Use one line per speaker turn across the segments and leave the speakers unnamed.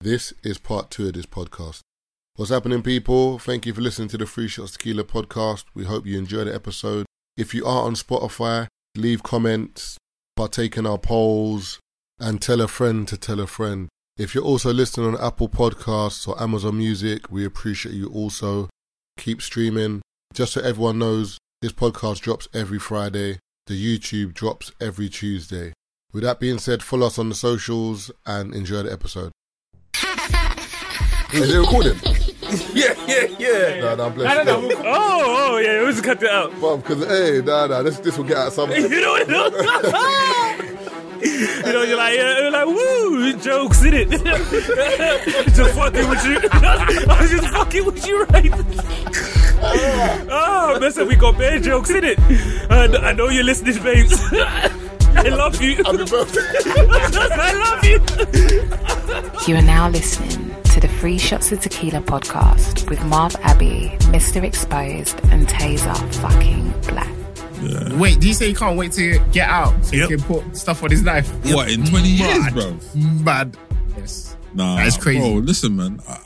This is part two of this podcast. What's happening, people? Thank you for listening to the Free Shots Tequila podcast. We hope you enjoy the episode. If you are on Spotify, leave comments, partake in our polls, and tell a friend to tell a friend. If you're also listening on Apple Podcasts or Amazon Music, we appreciate you also. Keep streaming. Just so everyone knows, this podcast drops every Friday. The YouTube drops every Tuesday. With that being said, follow us on the socials and enjoy the episode. Is it recording?
Yeah, yeah, yeah.
No, no, I'm blessed. No, no,
Oh, oh, yeah, we just cut that out.
because, hey, nah, nah, this, this will get out some.
You know what You know, you're like, yeah, you're like, woo, jokes in it. just fucking with you. I was just fucking with you, right? oh, man, so we got bad jokes in it. And I know you're listening, babes. I love you.
Happy birthday.
I love you.
You are now listening to the Free Shots of Tequila podcast with Marv Abbey, Mr. Exposed, and Taser fucking Black.
Wait, do you say you can't wait to get out so
Yep.
you can put stuff on his knife?
What in twenty years,
Mad.
bro?
Mad. Yes.
Nah,
That is crazy.
Bro, listen, man. I, I,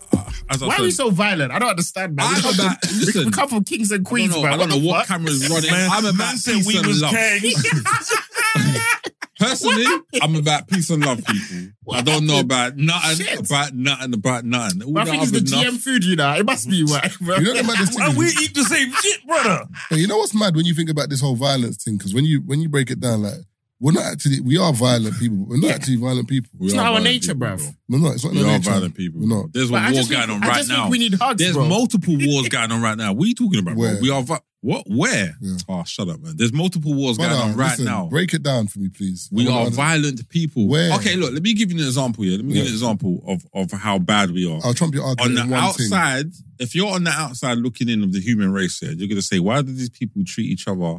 as I
Why
said,
are we so violent? I don't understand, man.
I'm
We come,
about-
from, we-
listen.
we come from kings and
I
queens,
don't know,
man.
I don't know
the
what
fuck?
camera's running. I'm about
man said
peace
we
and
was
love.
kings.
Personally, I'm about peace and love, people. I don't know about nothing,
Shit.
about nothing, about nothing. All
But I
that
think it's the
other
GM
nothing-
food, you know. It must be right. bro.
You know the maddest thing.
And we
Is,
eat the same shit, brother.
but you know what's mad when you think about this whole violence thing? Because when you when you break it down, like we're not actually we are violent people. But we're not actually violent people.
We
It's
are
not our
violent
nature,
people,
bruv.
We're not. It's not
We
in
are
nature.
violent people.
We're not.
There's a
But I
war
just
going
think-
on
I
right
just
now.
think we need hugs,
There's
bro.
multiple wars going on right now. What are you talking about, bro?
Where?
We are vi- what? Where?
Yeah.
Oh, shut up, man. There's multiple wars
Brother,
going on right
listen,
now.
Break it down for me, please.
We
I
are
wanna-
violent people.
Where?
Okay, look, let me give you an example here. Let me give you
Yeah.
an example of, of how bad we
Oh,
are.
I'll trump your
on
argument
the
in one thing.
outside, if you're on the outside looking in of the human race here, you're gonna say, why do these people treat each other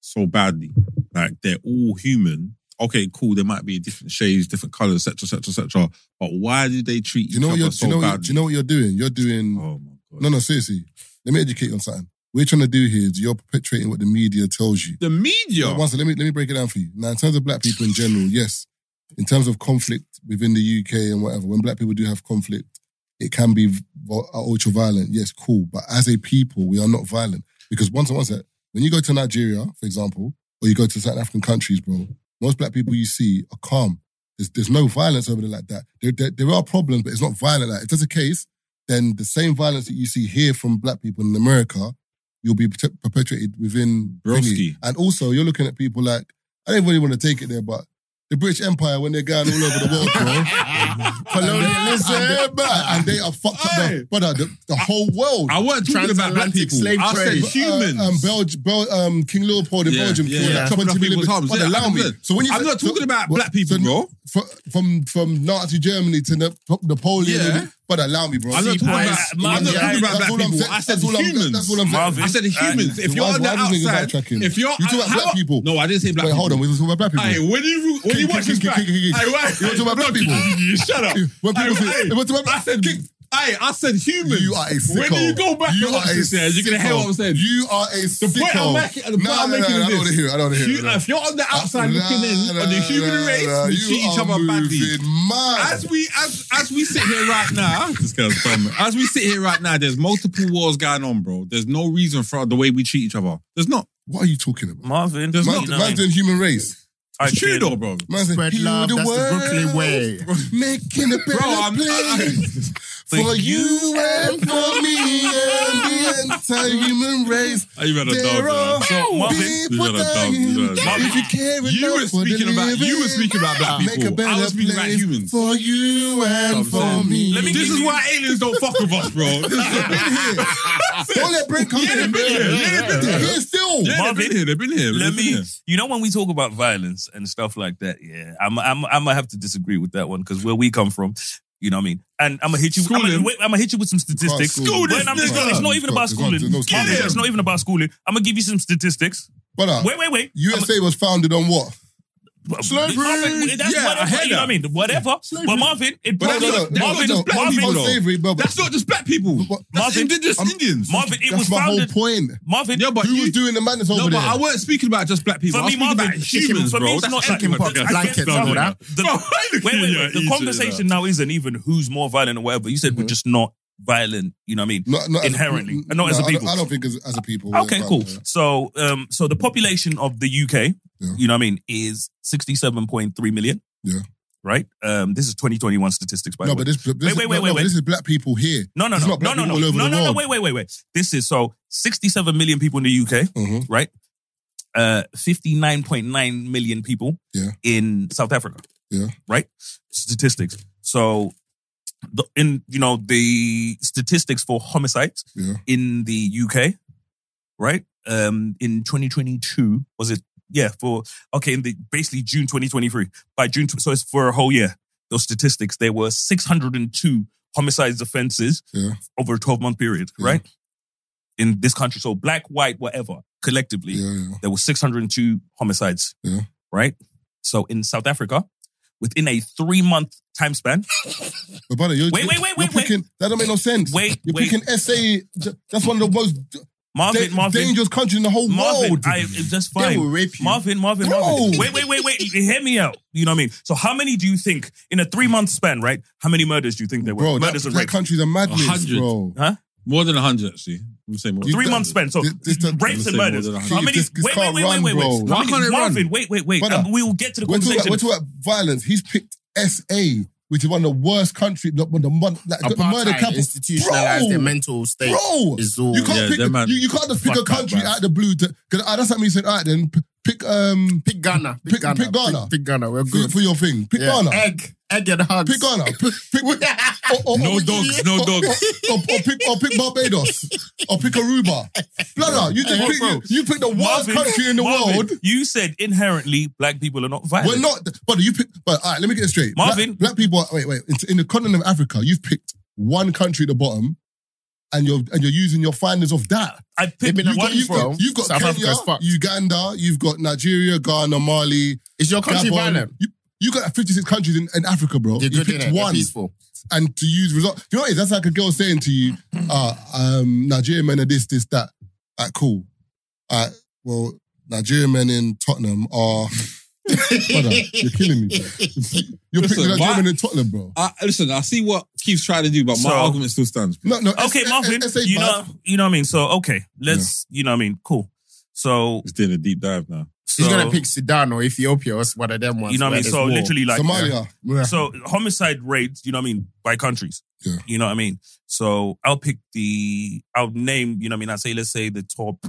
so badly? Like they're all human. Okay, cool. There might be different shades, different colors, etc., etc., etc. But why do they treat
Do you know
each
what
other
you're?
so
Do you know? What,
badly?
do you know what you're doing? You're doing.
oh my god!
No, no, seriously. Let me educate you on something. What you're trying to do here is you're perpetuating what the media tells you.
The media.
Once, let me let me break it down for you. Now, in terms of black people in general, yes, in terms of conflict within the UK and whatever, when black people do have conflict, it can be vo- ultra violent. Yes, cool, but as a people, we are not violent because once and once that when you go to Nigeria, for example, or you go to South African countries, bro, most black people you see are calm. There's, there's no violence over there like that. There, there, there are problems, but it's not violent. Like, if that's the case, then the same violence that you see here from black people in America, you'll be perpe- perpetuated within
Broski.
thingy. And also, you're looking at people like, I don't really want to take it there, but the British Empire, when they're going all over the world, bro. Colonialism, and they are fucked up,
Hey.
the- brother. The, the whole world.
I wasn't talking about black
Transatlantic
people.
slave
I said
trade.
But,
humans.
Uh, um, Belg- Bel- um, King Leopold in
Yeah,
Belgium
yeah,
killed
yeah.
like
Chopping
20
off
million
people's
people.
arms.
Brother,
Yeah,
allow me.
100%.
So when you
I'm
say-
not
so-
talking about
well,
black people,
so
bro.
fr- From from Nazi Germany to Na- Napoleon,
Yeah.
and- brother, allow me, bro.
I'm not
See,
talking
boys,
about, I'm not
in
talking
India,
about
that's
black
all I'm
people.
saying.
I said
That's all I'm-
humans.
That's all I'm saying.
Marvin.
I said humans. if you're
why-
on the
why do you think it's
outside,
backtracking?
if you're
You talk about
how-
black people.
No, I didn't say black
Wait,
people.
hold on. We're talking about black
Hey,
people.
when you when you watch this back,
You
Hey, why-
want to talk about black people?
Shut up.
When people
Hey,
say-
hey,
when people talk about-
I said, hey, I said humans.
You are a sicko.
When you go back
You
and watch
are a
this, yeah, you're gonna hear
sicko.
what I'm saying.
You are a
the
sicko.
point I'm making, the point
Nah,
I'm
nah,
making
nah, I
is
don't wanna
this.
hear it. I don't want to hear it.
You-
I don't-
if you're on the outside
Nah,
looking in
nah,
on the human
nah,
race,
nah,
we
you
treat each
are
other badly.
moving mad.
As we as as we sit here right now, this guy's dumb. As we sit here right now, there's multiple wars going on, bro. There's no reason for the way we treat each other. There's not.
What are you talking about?
Marvin,
There's
Man's,
not-
man's doing human race.
I
It's true
kid.
though, bro.
Man's
Spread
doing
love, that's the Brooklyn way.
Making a better
Bro, I'm-
place for you and for me and the entire human race.
Are you better
There are
dog? man.
Marvin,
You
people
got a dog, you
dying.
got a dog.
If you care enough
You were
for the
speaking about- you were
living,
speaking about black
make
people.
a better
I was speaking about
place
humans.
For you and
That's what I'm
for
saying.
me.
Let me
This
give
is
you-
why aliens don't fuck with us, bro. This is-
Don't let Brent come
Yeah,
in.
they've been here. Yeah, they've been
He's
here.
here still.
Yeah, they've
Marvin,
been here. They've been here.
Let
They've been
me.
here.
You know when we talk about violence and stuff like that, yeah, I'm I'm I'm gonna have to disagree with that one because where we come from, you know what I mean. And I'm gonna hit you.
School
I'm gonna,
him.
wait, I'm gonna hit you with some statistics.
school School him.
Wait, I'm- it's, not, it's not even
You
about
can't-
schooling.
there's no schooling. Uh,
Marvin, It's not even about schooling. I'm gonna give you some statistics.
Brother,
Wait, wait, wait. I'm-
USA was founded on what? Slavery.
Marvin, that's
Yeah,
whatever,
I hear
you know what I
that.
mean? Whatever. But Marvin, it
But that's
probably-
not- that's
Marvin,
not-
is
that's
black.
not-
Marvin,
though.
slavery, but
That's not just black people.
But-
That's
Marvin,
indigenous
I'm-
Indians.
Marvin, it
that's
was
my whole
founded.
point.
Marvin,
yeah, but
Who
you,
was doing the madness
no,
over
but
there?
I weren't speaking about just black people.
For
I'm
me,
speaking
Marvin,
about humans,
for me,
bro.
it's
That's
not
chicken
like-
pox,
the-
blankets,
the-
all that.
the-
Bro,
Wait, wait,
yeah,
wait. The
easy,
conversation now isn't even who's more violent or whatever. You said
Mm-hmm.
we're just not violent. You know what I mean?
Not, not as-
Inherently.
n-
Not as
I
a
don't-
people.
I don't think as, as a people. we're
Okay,
about
cool.
that.
So, um, so the population of the UK,
Yeah.
you know, what I mean, is sixty-seven point three million.
Yeah.
Right. Um, this is twenty twenty-one statistics. By
No,
the way.
but this, this
Wait,
is, no,
wait, wait,
no,
wait,
but
wait.
this is black people here.
no, no,
it's
no,
not
no,
black
no, no,
people all over
no,
the
no, no.
world.
Wait, wait, wait, wait. This is so sixty-seven million people in the UK.
Mhm.
Right. Uh, fifty-nine point nine million people.
Yeah.
In South Africa.
Yeah.
Right. Statistics. So. The, in you know the statistics for homicides
Yeah.
in the UK, right? Um, in 2022 was it? Yeah, for okay, in the basically June 2023. By June, tw- so it's for a whole year. Those statistics, there were 602 homicides offenses
Yeah.
over a 12 month period,
Yeah.
right? In this country, so black, white, whatever, collectively,
Yeah, yeah.
there were 602 homicides,
Yeah.
right? So in South Africa, within a three month time span,
But brother, you're,
Wait,
you're-
wait, wait,
you're
wait, wait.
picking, That don't make no sense.
Wait,
you're
wait.
picking SA. j- That's one of the most da-
Marvin, Marvin,
dangerous countries in the whole
Marvin,
world.
I, it's just
They
fine.
will rape you.
Marvin, Marvin,
No.
Marvin. Wait, wait, wait, wait. You Hear me out. You know what I mean? So, how many do you think in a three month span, right? How many murders do you think there were?
bro, that,
murders
that
and rape.
country's a madness,
A hundred.
bro.
Huh?
More than 100, actually. I'm saying more.
You
Three
don't-
month span. So,
this- this don't-
rapes and
Listen, more
murders.
than a
How
hundred.
many?
This- this
Wait, wait,
can't
wait, wait,
run,
wait,
bro.
wait. How
Why can't
many?
it run?
Marvin, wait, wait, wait.
Brother,
Um, we will get to the
We're talking, about,
conversation.
we're talking about violence. He's picked SA, which is one of the worst countries. The, the, mon- like, the murder
Apartheid
capital.
institutionalized
Bro.
their mental state.
Bro,
Is all.
you can't
Yeah,
pick.
them
the-
man-
you, you can't just pick a
Fuck up,
country
bruh.
out the blue. To, Cause uh, that's like me saying, all right, then p- pick um
pick Ghana. Pick,
Pick-
Ghana.
pick Ghana.
Pick, pick Ghana. We're
for,
good.
for your thing. Pick
Yeah.
Ghana.
Egg. Egg and hugs.
Pick Ghana. Pick, pick, Oh, or, or,
No
or-
dogs, no
or-
dogs.
Or, or pick, or pick Barbados. Or pick Aruba. Brother, you just
Hey,
pick,
bro.
you pick the worst
Marvin,
country in the
Marvin,
world.
You said inherently black people are not violent.
We're not, brother. You pick, but all right, let me get it straight.
Marvin.
black, black people. Wait, wait. In, in the continent of Africa, you've picked one country at the bottom, and you're and you're using your findings of that.
I
They've
picked
been
one.
Where you
you've
from?
got, you've got
South
Kenya,
Africa's fucked.
Uganda, you've got Nigeria, Ghana, Mali,
Is your country
Gabon.
violent?
You, you got 56 countries in, in Africa, bro.
They're
you
good,
picked
innit? They're
one,
peaceful.
and to use result. You know what it is? That's like a girl saying to you, uh, um, Nigerian men are this, this, that. Like, cool. All right, well, Nigerian men in Tottenham are. Brother, you're killing me, bro. You're
Listen,
picking that
why-
German in Tottenham, bro.
I, listen, I see what Keith's trying to do, but my
So-
argument still stands.
No, no.
Okay,
S-
Marvin.
S- SA
You know,
bad.
you know what I mean. So, okay, let's. You know what I mean. Cool. So,
He's doing a deep dive now.
so
He's gonna pick Sudan or Ethiopia or one of them ones.
You know what I
where
mean.
there's
So,
war.
literally, like
Somalia.
Yeah.
So homicide rates, you know what I mean, by countries.
Yeah.
You know what I mean? So I'll pick the I'll name, you know what I mean? I say let's say the top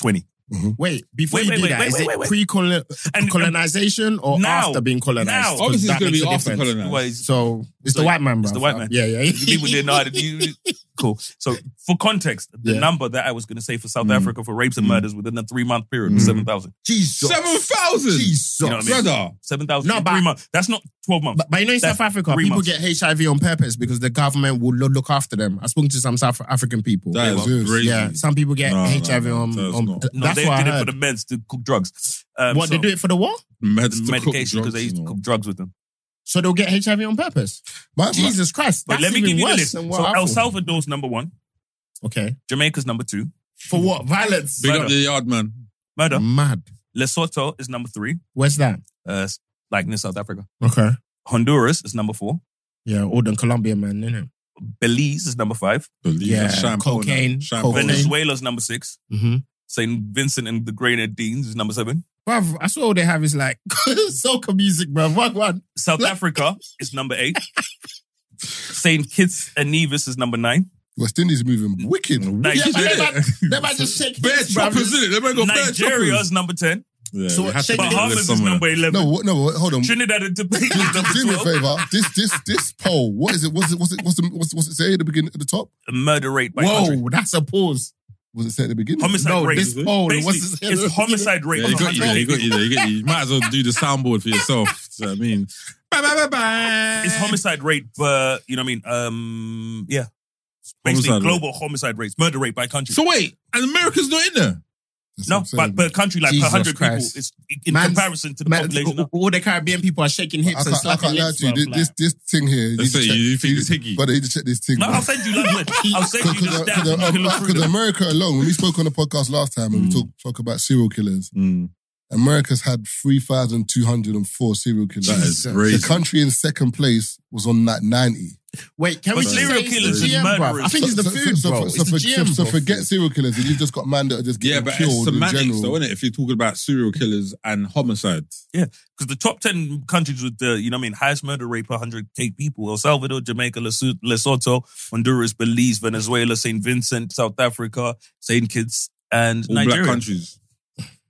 twenty.
Wait, before
Wait,
you
wait,
do
wait,
that,
wait,
is
wait,
it
wait. And-
pre-colonization or
Now.
after being colonized?
Now.
Because
Obviously,
that
it's going to
makes
be
a
after
difference.
colonized.
Otherwise,
So it's
So
the white man,
it's
bruv.
the white man.
Yeah, yeah.
people didn't know how to do cool. So for context, the
Yeah.
number that I was gonna say for South
Mm.
Africa for rapes and
Mm.
murders within a three month period was
Mm.
seven thousand.
Jesus.
7,000!
Jesus.
You know what I mean?
Brother.
Seven thousand
No,
in
but-
three months. That's not twelve months.
But, but you know, in
That's
South Africa,
three
people
months.
get HIV on purpose because the government will lo- look after them. I've spoken to some South African people.
That is
Yeah,
crazy.
yeah, some people get
No, no,
HIV
no,
on.
that's
on
not-
th-
no,
that's
they
what I
did it for
heard.
the meds to cook drugs. Um,
what
so
they do it for the war,
the
Meds to cook
medication because
drugs
they used to
and all.
cook drugs with them.
so they'll get HIV on purpose.
My- my-
Jesus Christ!
But
that's
let me
even
give you the
worse
list. So
than what I
El
thought.
Salvador's number one,
Okay,
Jamaica's number two,
for what violence?
Big
Brother.
up the yard, man.
murder.
Mad.
Lesotho is number three,
Where's that?
uh, like in South Africa.
Okay.
Honduras is number four.
Yeah, all them Colombian man, innit?
Belize is number five.
Believe
Yeah,
that. Shampoo,
cocaine,
man. Shampoo.
cocaine.
Venezuela.
Venezuela's number six.
Mm-hmm.
St. Vincent and the Grenadines is number seven.
Bruv, I saw all they have is like soca music, bruv. What one?
South Africa is number eight. St. Kitts and Nevis is number nine.
West Indies moving wicked.
Yeah,
Nigeria,
but
did
they
it.
might, they might just shake
Bear
hands, bruv.
choppers, innit? They might go bear
Nigeria
choppers.
is number 10.
Yeah,
So
they
what,
have to
shake
put
hands?
this
Bahamas is
somewhere.
number 11.
No, what- no, hold on.
Trinidad and Tobago is
Do, do me
number
a
12.
favor. This this this poll. What is it? What's it? What's it? What's the, what's, what's it say at the beginning? At the top?
Murder rate by country.
Whoa, that's a pause.
Was it say at the beginning? Oh,
Homicide
No,
rate.
this poll
Basically,
was
it's homicide rate.
Yeah,
by
you got you there,
country.
you got you there, you got you. You might as well do the soundboard for yourself. Do you know what I mean? Bye, bye, bye, bye.
It's homicide rate, but you know what I mean? Um, yeah. Basically,
Homicide rate.
global homicide rates, murder rate by country.
So wait, and America's not in there.
That's
No,
what I'm
but
saying.
per country, like
Jesus
per hundred people,
Christ.
it's in
Man's-
comparison to the
Man,
population.
all- all the Caribbean people are shaking
I
hips and
can't, I
slapping
can't lie
lips.
to you. This,
bruv,
this,
like-
this thing here. You
That's
need to
it,
check-
you think it's higgy?
But you need to check this thing.
No,
man.
I'll send you London. I'll send you
Because
the
the-
stats. You
because
can
the-
look
uh,
through
because
them.
America alone, when we spoke on the podcast last time and we
Hmm.
Mm.
talk, talk about serial killers,
Mm.
America's had 3,204 serial killers.
That is
Jesus.
the
crazy.
country in second place was on that 90.
Wait, can we
But
just
serial
say it's
killers
the
and
GM, bruv? I
murderers.
think it's the food,
so,
bro.
for-
It's
so
the
for-
GM,
so
bro.
forget serial killers. and You've just got man that are just
Yeah,
getting
but it's
killed in
semantics,
general.
though, isn't it? If you're talking about serial killers and homicides,
Because the top 10 countries with the, you know what I mean, highest murder rate per 100k people El Salvador, Jamaica, Lesu- Lesotho, Honduras, Belize, Venezuela, St. Vincent, South Africa, St. Kitts, and
all
Nigeria.
black countries.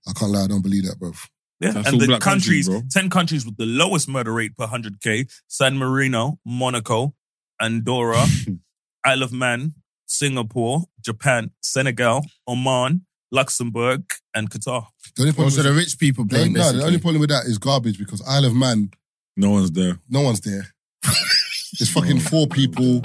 I can't lie, I don't believe that, bro.
Yeah.
That's
and
all
the
black countries,
countries,
bro.
10 countries with the lowest murder rate per 100k San Marino, Monaco, Andorra, Isle of Man, Singapore, Japan, Senegal, Oman, Luxembourg, and Qatar.
The only
Oh,
problem,
so
with,
the rich people
the only-
playing
no,
this.
the only problem with that is garbage because Isle of Man,
No one's there.
no one's there. It's fucking four people,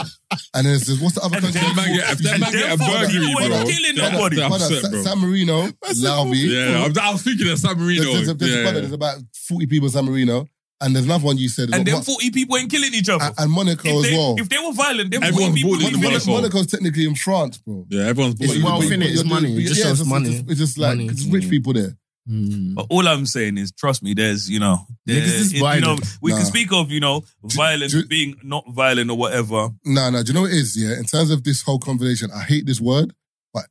and there's, there's what's the other country?
That man get, if that man get a burglary,
Wait,
bro.
killing
that-
nobody.
that
Brother,
upset,
Sa-
bro.
San Marino, Laovi.
Yeah, I'm- I was thinking of San Marino.
There's, there's, there's,
yeah.
brother, there's about 40 people in San Marino, and there's another one you said. there's
And then
got
40 people ain't killing each other.
Mo- and Monaco
if,
as
they,
well.
if they were violent, then
Everyone's
40 people
bought
would
into
be
Mon-
Monaco.
Monaco's technically in France, bro.
yeah, everyone's
It's
bought
well
into it.
finished. it's
you're doing-
money. It just shows
it's,
money.
It's just, it's just like
Money.
it's rich people there.
Mm.
But all I'm saying is, trust me, there's, you know,
Niggas is
there- you know
violent.
we
Nah.
can speak of, you know, violence
do-
being not violent or whatever.
No, no. Do you know what it is? Yeah, in terms of this whole conversation, I hate this word, but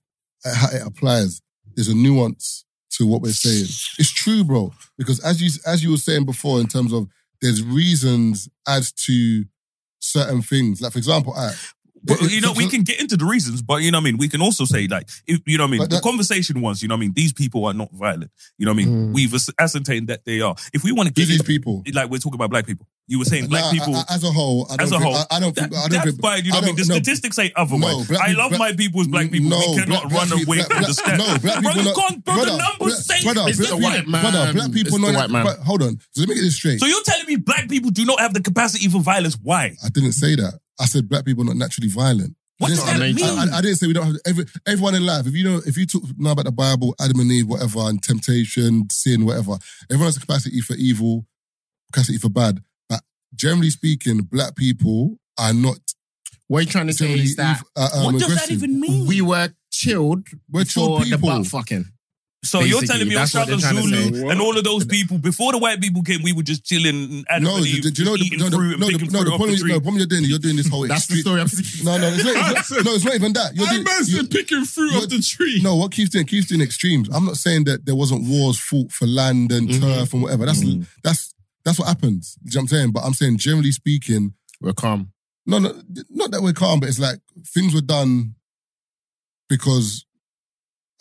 it- how it applies. There's a nuance to what we're saying. It's true, bro. Because as you as you were saying before, in terms of there's reasons as to certain things. Like for example, I,
But,
it-
you know,
it-
we can get into the reasons, but you know what I mean? We can also say, like, if, you know what I mean?
But
the
that-
conversation was, you know what I mean? These people are not violent. You know what I mean?
Mm.
We've as- ascertained that they are. If we want to
who's
get
these
into,
people?
like, we're talking about black people. You were saying black
Nah,
people.
I- I- as a whole, I don't
As a
think,
whole,
I, I don't,
that,
think- I don't
that's
think,
fine. You know
I
what I mean? The
don't- no,
statistics say otherwise.
No, black
I
people-
love
black-
my people as black people.
No,
we cannot
black-
run
black
away
people-
from the
black-
stats.
No, black
bro,
people.
you
not-
can't, bro,
brother,
the numbers
black-
say
brother,
it's
black
the
people-
white
man.
Brother, black people.
It's the
not-
white man.
but Hold on. So let me get this straight.
So you're telling me black people do not have the capacity for violence? Why?
I didn't say that. I said black people are not naturally violent.
What
I
does
didn't-
that
I-
mean?
I, I didn't say we don't have every, everyone in life. If you know, if you talk now about the Bible, Adam and Eve, whatever, and temptation, sin, whatever, everyone has capacity for evil, capacity for bad. But generally speaking, black people are not
What are you trying to say
generally
is that
ev- uh, um,
what does
aggressive.
that even mean?
we were chilled
We're
before
chilled
the
people.
butt fucking.
So you're
Basically,
telling me
that's what
Oshaka
they're trying to
say.
Zulu
What?
and all of those people before the white people came, we were just chilling and Adam
No,
and
do,
Eve,
do you know the,
eating
no, the,
fruit and
no, the, no,
picking fruit
the
off the
problem,
tree.
no, the problem you're doing, you're doing this whole
That's the
extreme-
story I'm seeing.
No, no, it's not, it's not, no, it's not even that. You're
That
doing,
man's
you're-
still picking fruit
you-
off the tree.
No, what Keith's doing, Keith's doing extremes. I'm not saying that there wasn't wars fought for land and
Mhm.
turf and whatever. That's
Mm.
that's that's what happens. Do you know what I'm saying? But I'm saying generally speaking,
We're calm.
no, no, not that we're calm, but it's like things were done because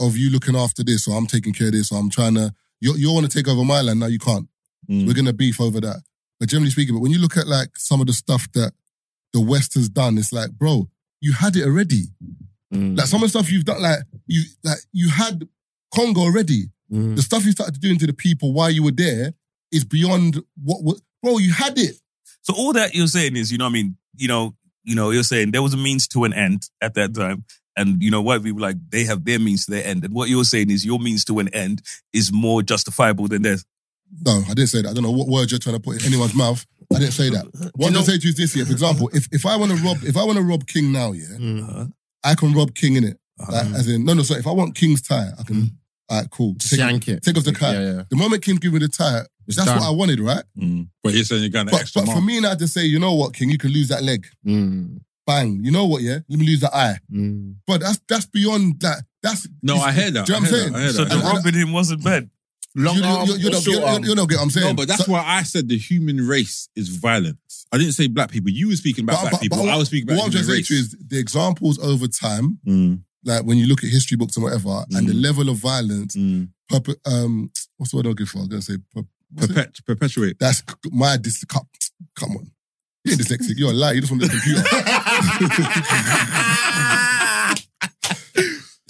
of you looking after this, or I'm taking care of this, or I'm trying to. You you want to take over my land now? You can't.
Mm.
We're gonna beef over that. But generally speaking, but when you look at like some of the stuff that the West has done, it's like, bro, you had it already. Like some of the stuff you've done, like you like you had Congo already. The stuff you started doing to the people while you were there is beyond what was bro, you had it.
So all that you're saying is, you know, what I mean, you know, you know, you're saying there was a means to an end at that time, and you know, white people like they have their means to their end, and what you're saying is your means to an end is more justifiable than theirs.
No, I didn't say that. I don't know what word you're trying to put in anyone's mouth. I didn't say that. What I'm gonna say to you is this here, for example, if, if I wanna rob if I wanna rob King now, yeah,
Mm.
Uh-huh.
I can rob King in it. Like,
Uh-huh.
as in no no, so if I want King's tie, I can all right, cool.
Just
Take,
yank it.
take off the tie.
Yeah, yeah.
The moment King give me the tie,
It's
that's
done.
what I wanted, right?
Mm. But you're saying you're going to
But,
extra
but for
mile.
me now to say, you know what, King, you can lose that leg.
Mm,
Bang. You know what, yeah? Let me lose that eye.
mm.
But that's that's beyond that. That's
No, I hear that.
Do you know what I'm
I hear
saying?
that, I hear
So
that.
the
And-
robbing him wasn't bad.
Long
you,
arm
you, you,
or
don't- you,
short
you,
arm?
you don't get what I'm saying.
um, No, but that's
So-
why I said the human race is violent. I didn't say black people. You were speaking about black people. I was speaking
but
about
what I'm
human
trying to say
race.
to you is the examples over time,
Mm,
like when you look at history books and whatever, and the
Mm.
level of violence,
mm.
perpe- um, what's the word I'm looking for? I was going to say, per- what's it?
Perpet- perpetuate.
that's c- my dis. Come, come on, you're dyslexic. You're a liar. You just want the computer.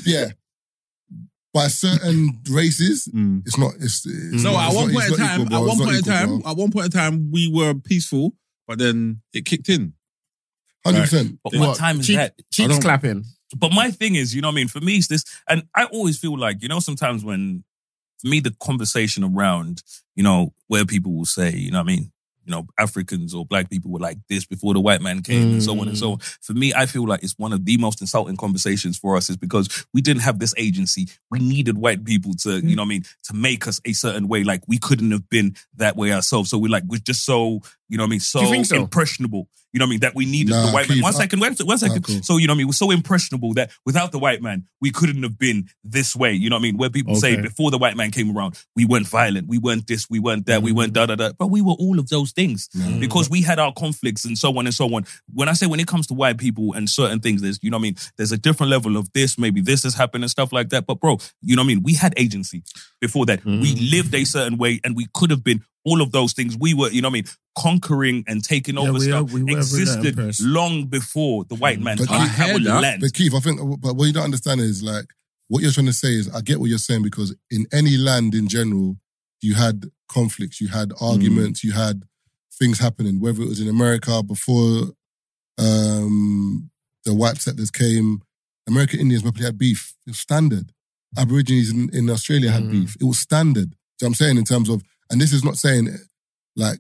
yeah, by certain races,
Mm.
it's not. It's, it's
No,
not, Mm.
at
it's not-
one point in
it's not
time,
equal, bro.
at one
It's not
point in
equal,
time,
bro.
at one point in time, we were peaceful, but then it kicked in.
100%.
But
Yeah.
what time is
Cheek-
that?
Cheeks clapping.
But my thing is, you know what I mean? For me, it's this, and I always feel like, you know, sometimes when, for me, the conversation around, you know, where people will say, you know what I mean? You know, Africans or black people were like this before the white man came and so on and
Mm.
so on. For me, I feel like it's one of the most insulting conversations for us is because we didn't have this agency. We needed white people to, you know what I mean, to make us a certain way. Like we couldn't have been that way ourselves. So we're like, we're just so, you know what I mean, so,
you think so?
impressionable. You know what I mean? That we needed
Nah,
the white
Keith,
man. One
I-
second, wait a- one second.
cool.
So, you know what I mean? We're so impressionable that without the white man, we couldn't have been this way. You know what I mean? Where people say
Okay.
before the white man came around, we weren't violent, we weren't this, we weren't that, we weren't da da da. But we were all of those things because
Mm-hmm.
we had our conflicts and so on and so on. When I say when it comes to white people and certain things, there's, you know what I mean? There's a different level of this, maybe this has happened and stuff like that. But bro, you know what I mean? We had agency before that. We
Mm-hmm.
lived a certain way and we could have been all of those things. We were, you know what I mean? Conquering and taking
Yeah,
over
we are-
stuff
we were a
existed
relentless.
long before the white man
But
took
Keith-
our land.
But Keith, I think, but what you don't understand is like what you're trying to say is I get what you're saying because in any land in general, you had conflicts, you had arguments, you had things happening. Whether it was in America before um, the white settlers came, American Indians probably had beef. It was standard. Aborigines in, in Australia had
Mm.
beef. It was standard. Do you know what I'm saying in terms of, and this is not saying like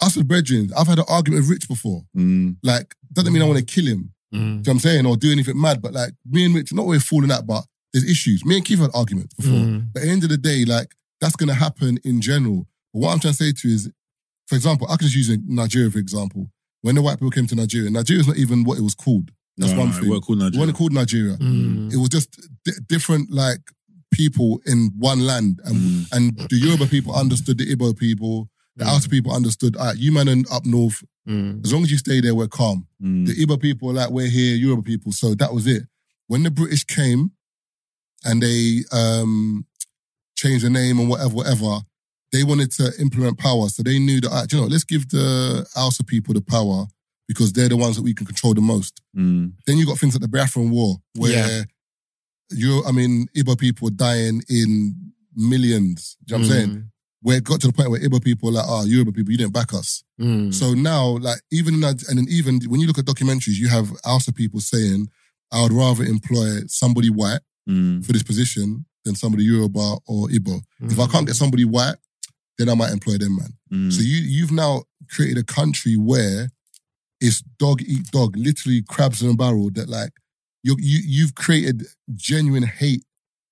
us as brethren. I've had an argument with Rich before.
Mm.
Like doesn't mean I want to kill him.
Mm.
Do you know what I'm saying? Or do anything mad. But like me and Rich, not we're falling out, but there's issues. Me and Keith had arguments before.
Mm.
But at the end of the day, like that's gonna happen in general. But what I'm trying to say to you is, for example, I can just use Nigeria, for example. When the white people came to Nigeria, Nigeria's not even what it was called. That's
No,
one
no,
thing.
We're called
It wasn't
Nigeria.
called Nigeria.
Mm.
It was just di different like people in one land. And
Mm.
and the Yoruba people understood the Igbo people, the Hausa people understood, all right, you man in- up north,
Mm.
as long as you stay there, we're calm.
Mm.
The Igbo people were like, we're here, Yoruba people. So that was it. When the British came and they um, changed the name and whatever, whatever, they wanted to implement power. So they knew that, "Ah, do you know, let's give the Alsa people the power because they're the ones that we can control the most.
Mm.
Then you got things like the Biafran War, where you you I mean, Igbo people were dying in millions. Do you know what I'm
Mm.
saying? Where it got to the point where Igbo people were like, oh, Yoruba people, you didn't back us.
Mm.
So now, like, even in that, and then even when you look at documentaries, you have Alsa people saying, I would rather employ somebody white
Mm.
for this position than somebody Yoruba or Igbo. If I can't get somebody white, then I might employ them, man.
Mm.
So you, you've now created a country where it's dog eat dog, literally crabs in a barrel that, like, you, you, you've created genuine hate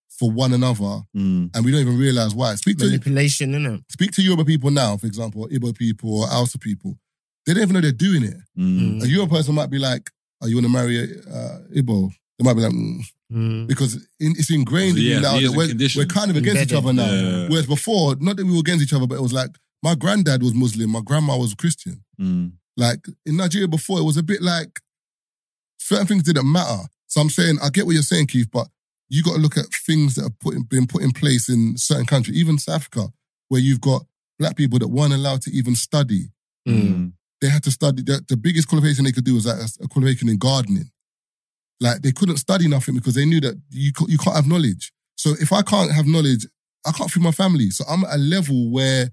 for one another
Mm.
and we don't even realize why. Speak to,
manipulation, innit?
speak to Yoruba people now, for example, or Igbo people or Alsa people. They don't even know they're doing it.
Mm.
A Euro person might be like, "Are you want to marry uh, Igbo?" They might be like, mm.
Mm.
because in, it's ingrained
Yeah,
in you now
it is
that
a
we're,
condition.
we're kind of against each
Embedded.
other now.
Yeah.
Whereas before, not that we were against each other, but it was like my granddad was Muslim, my grandma was Christian.
Mm.
Like in Nigeria before, it was a bit like certain things didn't matter. So I'm saying I get what you're saying, Keith, but you got to look at things that have put in, been put in place in certain countries, even South Africa, where you've got black people that weren't allowed to even study
Mm.
they had to study. The, the biggest qualification they could do was like a, a qualification in gardening. Like they couldn't study nothing because they knew that you ca- you can't have knowledge. So if I can't have knowledge, I can't feed my family. So I'm at a level where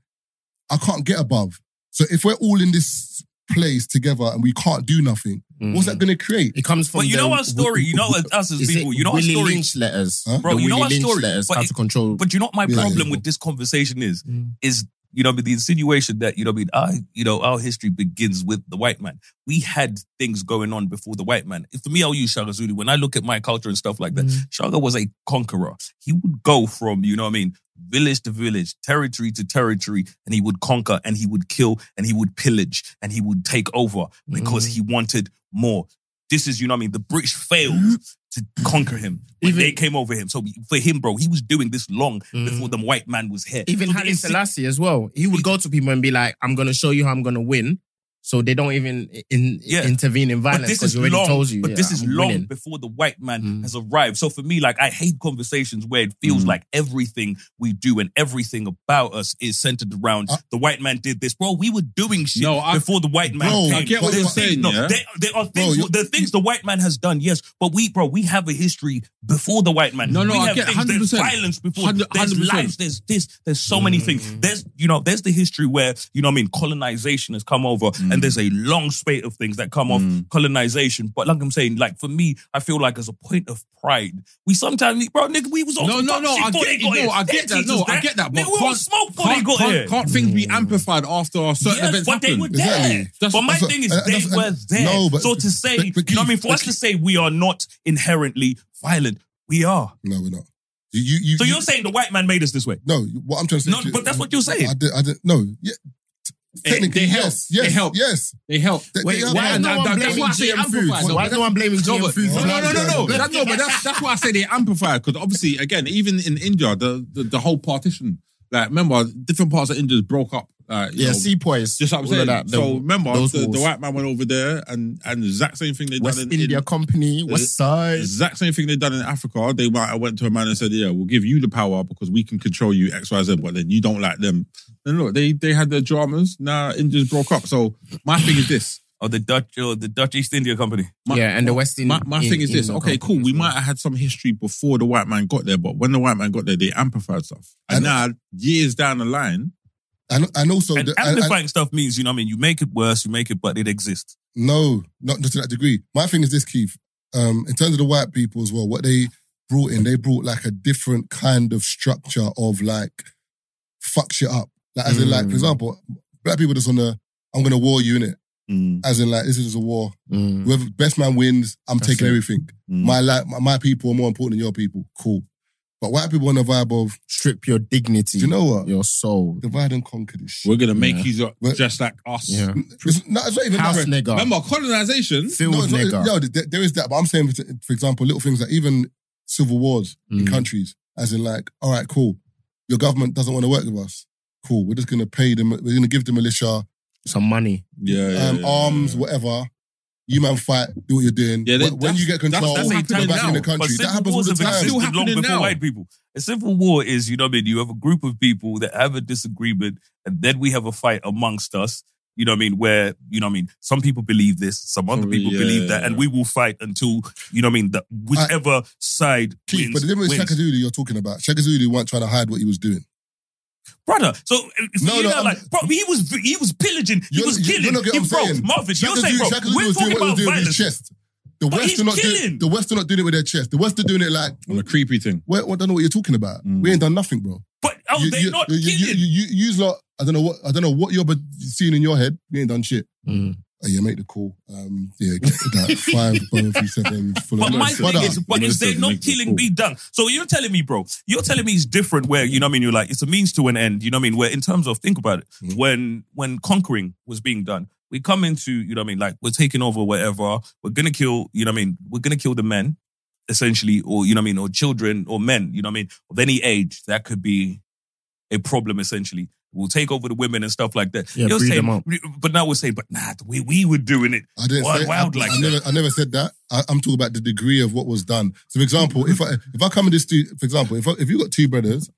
I can't get above. So if we're all in this place together and we can't do nothing, what's
Mm.
that going to create?
Mm. It comes from.
But you
the-
know our story. You know us as
Is
people.
it
You know our
Willie
story.
Lynch letters,
Huh?
Bro,
The
you know
Willie
our
Lynch
story,
Letters,
but
how
it-
to control.
But you know what my
Yeah.
problem with this conversation is?
Mm.
Is you know the insinuation that you know I mean I you know our history begins with the white man. We had things going on before the white man. For me, I'll use Shaka Zulu. When I look at my culture and stuff like that,
Mm.
Shaka was a conqueror. He would go from you know what I mean village to village, territory to territory, and he would conquer and he would kill and he would pillage and he would take over because
Mm.
he wanted more. This is, you know what I mean? The British failed to conquer him when
Even-
they came over him. So for him, bro, he was doing this long before the white man was here.
Mm. Even
So the
Haile
insi-
Selassie as well. He would go to people and be like, "I'm going to show you how I'm going to win," so they don't even in,
Yeah.
intervene in
But
violence
this
because
is
you already
long.
told you.
but
yeah,
this is
I'm
long
winning.
before the white man
Mm.
has arrived. So for me, like I hate conversations where it feels
Mm.
like everything we do and everything about us is centered around
Uh,
the white man did this, bro. We were doing shit
No, I-
before the white man.
Bro,
came.
I get what
There's
you're
things-
saying,
No,
yeah.
there, there are things.
you're-
the things the white man has done, yes, but we, bro, we have a history before the white man.
No, no,
we
I
have
get
things. There's
100%.
violence before.
Hundred-
There's
100%.
lives. There's this. There's so many things. There's you know. There's the history where you know. what I mean, colonization has come over, and and there's a long spate of things that come
Mm.
off colonization. But like I'm saying, like for me, I feel like as a point of pride, we sometimes, bro, nigga, we was on
No,
some
no,
top
no.
shit
I
before
get,
they got
no,
here.
I
They
get that.
teach
No,
us
I get that. But
Nigga, we on
can't,
smoke before they
can't,
got here.
can't, can't things be amplified after certain
Yes,
events
but they
happen?
were there.
That's-
but my
that's-
thing is,
uh,
they
that's-
were there.
no, but-
so to say,
but- but
you know what I mean?
Keith,
For us to say we are not inherently violent, we are.
No, we're not. You, you, you,
So
you-
you're saying the white man made us this way?
no. What I'm trying to say,
No,
to you-
but that's what you're saying.
I did, I did, no. Yeah, technically,
they help.
yes,
They
yes,
help.
yes.
They help.
They-
Wait,
they help.
why
Why
and-
no
and
one
that-
blaming
that's
GM
GM food?
Why-
No,
why
that's-
no
one blaming
No,
GM
but-
food
no, no,
for
no,
that?
no, no.
Yeah.
That- no, but that's that's why I say they amplify because obviously, again, even in India, the, the the whole partition, like remember, different parts of India broke up. Like, you
Yeah,
know,
sepoys.
just what I'm
all of
saying.
that,
so
the-
remember,
those
the, the
wars.
white
That man went over there and and the exact same thing they
West
done in
India
in-
Company, West Side.
Exact same thing they done in Africa. They might have went to a man and said, "Yeah, we'll give you the power because we can control you X, Y, Z." But then you don't like them. And look, they they had their dramas. Now India's broke up. So my thing is this.
Or Oh, the Dutch or the Dutch East India Company?
yeah, and the West Indian.
My, my thing is this. Okay, cool. We might have had some history before the white man got there, but when the white man got there, they amplified stuff. And now years down the line,
And and also,
Oh,
And
the, and, and,
amplifying stuff means, you know what I mean? You make it worse, you make it, but it exists.
no, not, not to that degree. My thing is this, Keith. Um, in terms of the white people as well, what they brought in, they brought like a different kind of structure of like fuck shit up. Like as in,
Mm.
like for example, black people just on the I'm gonna war you in it. As in, like this is a war.
Mm.
Whoever best man wins, I'm
Mm. That's
taking
it. Mm.
everything. My like my, my people are more important than your people. Cool. But white people on the vibe of
Strip your dignity,
do you know what?
your soul.
Divide and conquer this shit.
we're gonna make
Yeah.
you
Well-
just like us.
Yeah.
It's not, it's not even
House
that.
nigger,
Remember colonization?
field
no, it's not-
nigger.
no, there- there is that. But I'm saying, for for example, little things like even civil wars in
Mm.
countries, as in like, all right, cool, your government doesn't want to work with us. Cool, we're just going to pay them. We're going to give the militia
some money.
Yeah, yeah,
um,
yeah.
arms, whatever. You man, fight. Do what you're doing.
Yeah, that-
Wh- when
that's-
you get control,
that's- that's
you're
happening
back in the
now.
country.
But
That
civil
happens all
wars
the
have
time.
Still
existed long
happening
before
now.
white people. A civil war is, you know what I mean? You have a group of people that have a disagreement, and then we have a fight amongst us. You know what I mean? Where, you know what I mean? Some people believe this, some other
Some-
people
yeah,
believe that,
yeah.
and we will fight until, you know what I mean? The, whichever side
Keith,
wins.
but the difference is
wins.
Shaka Zulu you're talking about. Shaka Zulu weren't trying to hide what he was doing.
Brother, so uh, for
No,
you
no,
know,
I'm-
like, bro, he was he was pillaging, he
You're-
was
you- you're
killing,
not getting
he,
what
bro,
I'm saying.
Marvin, you're
Shaka
saying,
Zulu,
bro,
Shaka Zulu
we're
was doing
talking
what he was
about
doing with his
violence.
chest. The
But
West
he's
are not doing.
killing.
The West are not doing it with their chest. The West are doing it like.
on a creepy thing.
Well, I don't know what you're talking about.
Mm.
We ain't done nothing, bro.
But oh,
you,
they're
you,
not
you, you,
killing.
you, you, you's lot. I don't know what I don't know what you're be- seeing in your head. You ain't done shit.
Mm.
Oh, yeah, make the call. Um, yeah, get that five bone three seven. Full
But
of
my
nonsense.
thing is,
Brother,
but is
Minister
there no
make the
killing
call.
be done? So you're telling me, bro, you're telling me it's different where, you know what I mean? You're like, it's a means to an end, you know what I mean? Where in terms of, think about it, when when conquering was being done, we come into, you know what I mean? Like, we're taking over whatever, we're gonna kill, you know what I mean? We're gonna kill the men, essentially, or, you know what I mean? Or children or men, you know what I mean? Of any age, that could be a problem, essentially. We'll take over the women and stuff like that.
Yeah,
You're
breed
saying,
them up.
but now we're saying, but nah, the way we were doing it,
I didn't
wild,
say
wild
I,
like
I
that.
never, I never said that. I, I'm talking about the degree of what was done. So, for example, if I if I come in this, stu- for example, if I, if you got two brothers,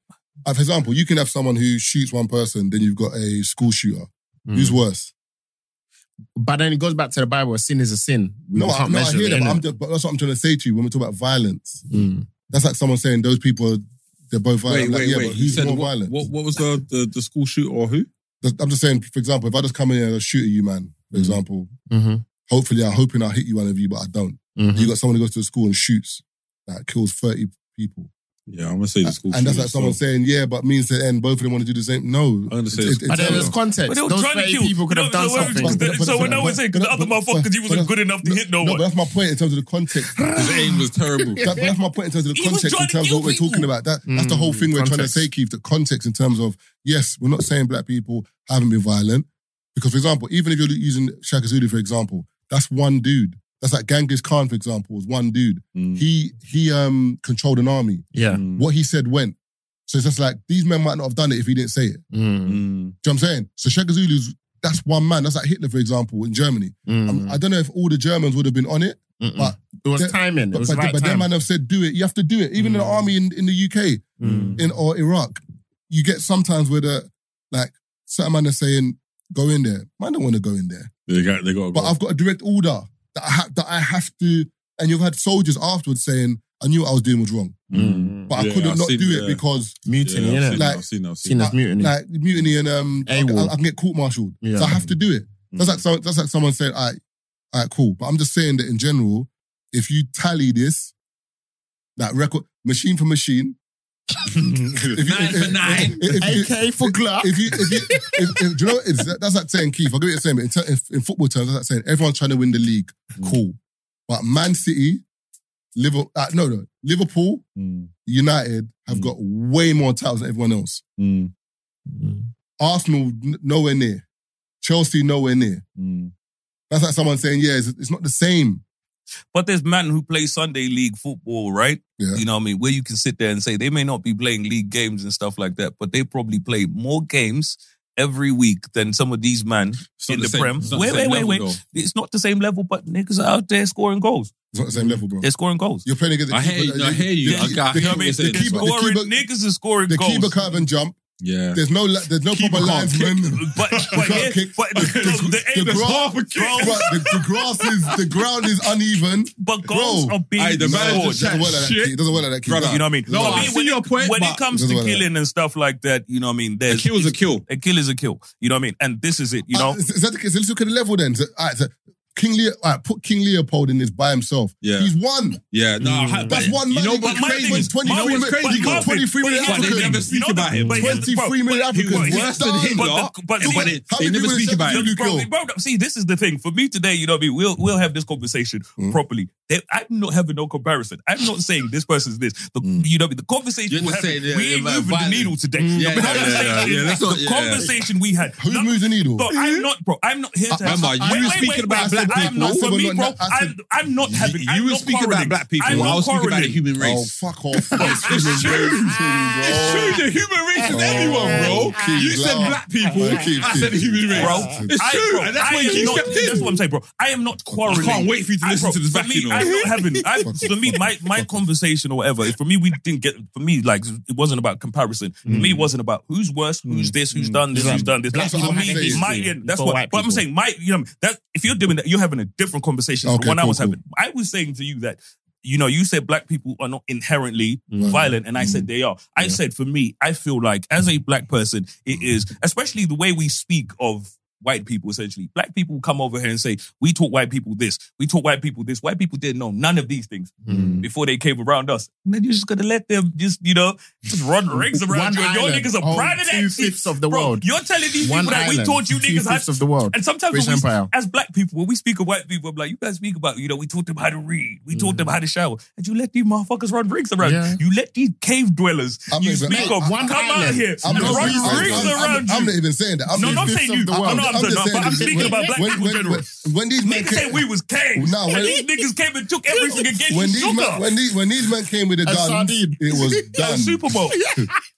uh, for example, you can have someone who shoots one person, then you've got a school shooter.
Hmm.
Who's worse?
But then it goes back to the Bible. Sin is a sin. We
no, I,
can't
no, I
measure
hear
it.
that, but, I'm
innit?
just, but that's what I'm trying to say to you when we talk about violence.
Mm.
That's like someone saying those people are they're both
Wait,
violent.
wait,
like, yeah,
wait.
but
You
who's
said
more
what,
violent?
What, what was the, the the school shoot or who?
Just- I'm just saying, for example, if I just come in here and I shoot at you, man,
Mm-hmm.
for example,
Mhm.
hopefully I'm hoping I hit you one of you, but I don't.
Mhm.
Mm-hmm.
You got someone who goes to a school and shoots, that kills 30 people.
Yeah, I'm gonna say the school.
and that's
shooter,
like someone
so-
saying, yeah, but means to end, both of them want to do the same. No.
I'm gonna say
It's-
the
it's-
But then
it's-
there's context.
But they were
Those
trying to
30
kill.
people could
You
have
know,
done
so we're-
something.
But- but-
So
but-
when I was saying, because the
but-
other
but-
motherfucker, he wasn't
but-
good enough to hit no
No, but
one.
that's my point in terms of the context.
His aim was terrible.
That- but that's my point in terms of the
He was
context, in
trying to
terms of what
kill
we're
people.
talking about. That, that's the whole
Mm,
thing we're trying to
context.
say, Keith. The context in terms of yes, we're not saying black people haven't been violent because, for example, even if you're using Shaka Zulu for example, that's one dude. That's like Genghis Khan, for example, was one dude.
Mm.
Mm.
He he um controlled an army.
Yeah.
What he said went. So it's just like these men might not have done it if he didn't say it.
Mm.
Do you know what I'm saying? So Shaka Zulu's that's one man. That's like Hitler, for example, in Germany. Um,
Mm.
I don't know if all the Germans would have been on it,
Mm-mm.
but
it was
the-
timing. It
but,
was
but,
right
but them
time.
man have said, do it. You have to do it. Even in the
Mm.
army in, in the UK
Mm.
in or Iraq, you get sometimes where the like certain man are saying, go in there. Man don't want to go in there.
They got they got. to
But
go.
I've got a direct order that I have that I have to and you've had soldiers afterwards saying, I knew what I was doing was wrong.
Mm.
But
Yeah,
I couldn't
I've
not do
seen-
it
yeah.
because
yeah,
Mutiny,
I've
innit?
seen,
Like-
Mm.
I've seen, I've seen.
Seen as mutiny.
like mutiny and um I,
AWOL.
I can get court martialed.
Yeah.
So I have to do it. That's
Mm.
like so, that's like someone saying, "All right, all right, cool." But I'm just saying that in general, if you tally this, that record machine for machine, if you,
Nine for nine.
if, if, you-
AK for Glock.
if you, if you, if, if, do you know, what it's, that's like saying Keith. I'll give you the same. but In, ter- in, in football terms, that's like saying everyone's trying to win the league.
Mm.
Cool, but Man City, Liverpool, uh, no, no, Liverpool,
Mm.
United have got way more titles than everyone else.
Mm,
Arsenal n- nowhere near, Chelsea nowhere near.
mm.
That's like someone saying, yeah, it's, it's not the same.
But there's man who play Sunday league football, right?
Yeah.
You know what I mean? Where you can sit there and say they may not be playing league games and stuff like that, but they probably play more games every week than some of these men
not
in
the
the,
same-
Prem.
it's not
Wait,
the
wait,
same
wait,
level,
wait.
though.
It's not the same level, but niggas are out there scoring goals.
It's not the same level, bro.
They're scoring goals.
You're playing against.
Mm. I hear you, I hear you. I got- I hear what you're
The
saying.
keeper, the
scoring,
keeper,
niggas are scoring
the
goals.
keeper can't even jump.
Yeah.
There's no, li- there's no proper linesman.
But, but,
can't
here-
kick.
but the, the aim
the
is
grass-
half a kick.
Bro, the, the grass is the ground is uneven.
But goals
Bro,
are being
aye, the
No,
manager
it
scored.
said-
doesn't work like that.
Shit.
Keith. It doesn't work like that. Keith.
Brother,
You know what I mean?
No,
For
I
me,
see
when it-
your point,
When
but-
it comes
Doesn't
to
work like
killing and stuff like that, you know what I mean?
A
There's
kill is a kill.
A kill is a kill. You know what I mean? And this is it. You know,
Uh, is, is that the, is this look at the level then? So, all right, so King Leo, all right, put King Leopold in this by himself.
Yeah.
He's one.
Yeah, no, I-
That's
but-
one
You
man.
know
He
what's
got
my
crazy?
thing
is-
is-
23
you know what's
minutes-
crazy?
he
You
got
got
Marvin,
23
but
minute
here's the
African.
thing,
They never
you
speak
know the-
about him.
but here's the-
23
but-
minute
but-
Africans.
but-
Worse than
but-
Hitler.
but- but-
They-
but-
they
How many
never
people
speak
in South
Look,
about it.
Africa
bro,
you kill?
bro, see, this is the thing. For me today, you know what I mean? We'll, we'll have this conversation
Mm.
properly. They, I'm not having no comparison. I'm not saying this person's this. The,
Mm.
You know, what I mean? the conversation
You're
we're
just
having,
saying, yeah,
we ain't
yeah,
moving the
violent. Mm,
needle today.
Yeah,
the
yeah, yeah,
conversation,
yeah, yeah, that's not-
the
yeah, yeah.
conversation we had.
Who
No-
moves the needle?
Bro,
Mm-hmm.
I'm not, bro. I'm not here to.
Remember,
have,
you were speaking about
black
I'm
people.
not for
I said
me,
we're
bro.
not- I
I'm,
said-
I'm not having.
You
I'm
were
not
speaking
quarreling.
about black people.
I'm
I
not
was speaking about
quarreling.
the human
Oh,
race.
fuck off. it's
It's true, the human race is everyone, bro.
Keith,
You said
love.
black people,
Oh, Keith,
I said
Keith.
human race.
Bro,
It's
I-
true,
bro,
and that's
I
why
am
you
not-
stepped
That's
in.
what I'm saying, bro. I am not quarreling.
I can't wait for you to
I- bro,
listen to this
for
back,
me,
you know.
I'm not having. I, for me, my, my conversation or whatever. For me, we didn't get. For me, like it wasn't about comparison. For me, it wasn't about who's worse, who's this, who's done this, who's done this.
That's
for
what I'm
me,
saying.
my end. That's
For
what.
white
But I'm
people.
saying, my, you know, that if you're doing that, you're having a different conversation than
Okay,
the one I
cool,
was
cool.
having. I was saying to you that. You know, you said black people are not inherently violent, and I said they are. I said for me, I feel like as a black person, it is especially the way we speak of white people essentially. Black people come over here and say, We taught white people this, we taught white people this. White people didn't know none of these things
Hmm.
before they came around us. And then you're just gonna let them just, you know, just run rings around
One
you. And your
island
niggas are
Oh,
owns
proud of that.
two-fifths of the
Bro,
world.
You're telling these
One
people that we
island,
taught you niggas
two-fifths
how
of the world.
And sometimes
British
when we,
Empire.
as black people, when we speak of white people, I'm like, you guys speak about, you know, we taught them how to read, we taught them how to shower. And you let these motherfuckers run rings around
Hmm. Yeah.
you. You let these cave dwellers
I'm
you
not even-
speak
I-
of
I-
come out
island.
here
I'm
and
not,
run
even saying-
rings
I'm- I'm-
around you.
I'm not even saying that. I'm
No, no, I'm
saying
saying you.
I'm,
I'm not- I'm
just
not-
saying
but I'm
that
speaking
when-
about black
when,
people
when,
general.
When, when these men
Niggas said
came,
we was kings.
No, when-
and these niggas came and took everything against
when
sugar.
these men, when these when these men came with the guns,
sardine.
it was
That
done.
Super Bowl.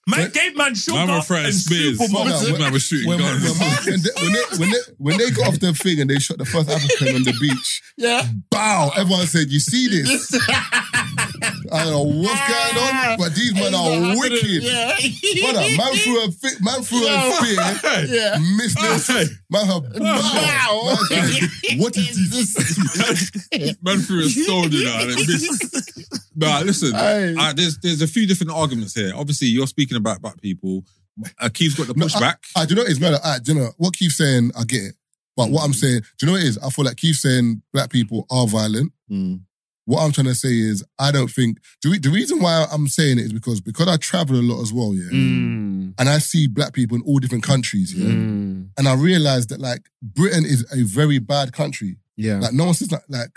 Man gave man sugar
I'm a friend,
and
Spears.
Super Bowl.
Fuck that.
This man was shooting
when, when,
guns.
when, they, when, they, when, they, when they got off the thing and they shot the first African on the beach,
Yeah.
bow, everyone said, You see this? I don't know what's going on, but these men are wicked.
Yeah.
Brother, man threw a, fi- man threw
Yeah.
a spear,
Yeah.
missed this. Man, her bow.
Wow.
Man said, what is this?
Man threw a stone in her and it missed. Nah, listen.
Aye.
uh, there's there's a few different arguments here. Obviously, you're speaking about black people. Uh, Keith's got the
No,
pushback.
I Ah, do you know it's matter. I, do you know what Keith's saying? I get it, but what I'm saying, do you know what it is? I feel like Keith's saying black people are violent.
Mm.
What I'm trying to say is, I don't think the, re- the reason why I'm saying it is because because I travel a lot as well, yeah,
Mm.
and I see black people in all different
Mm.
countries, Mm. yeah, and I realize that like Britain is a very bad country.
Yeah.
Like no one says that. Like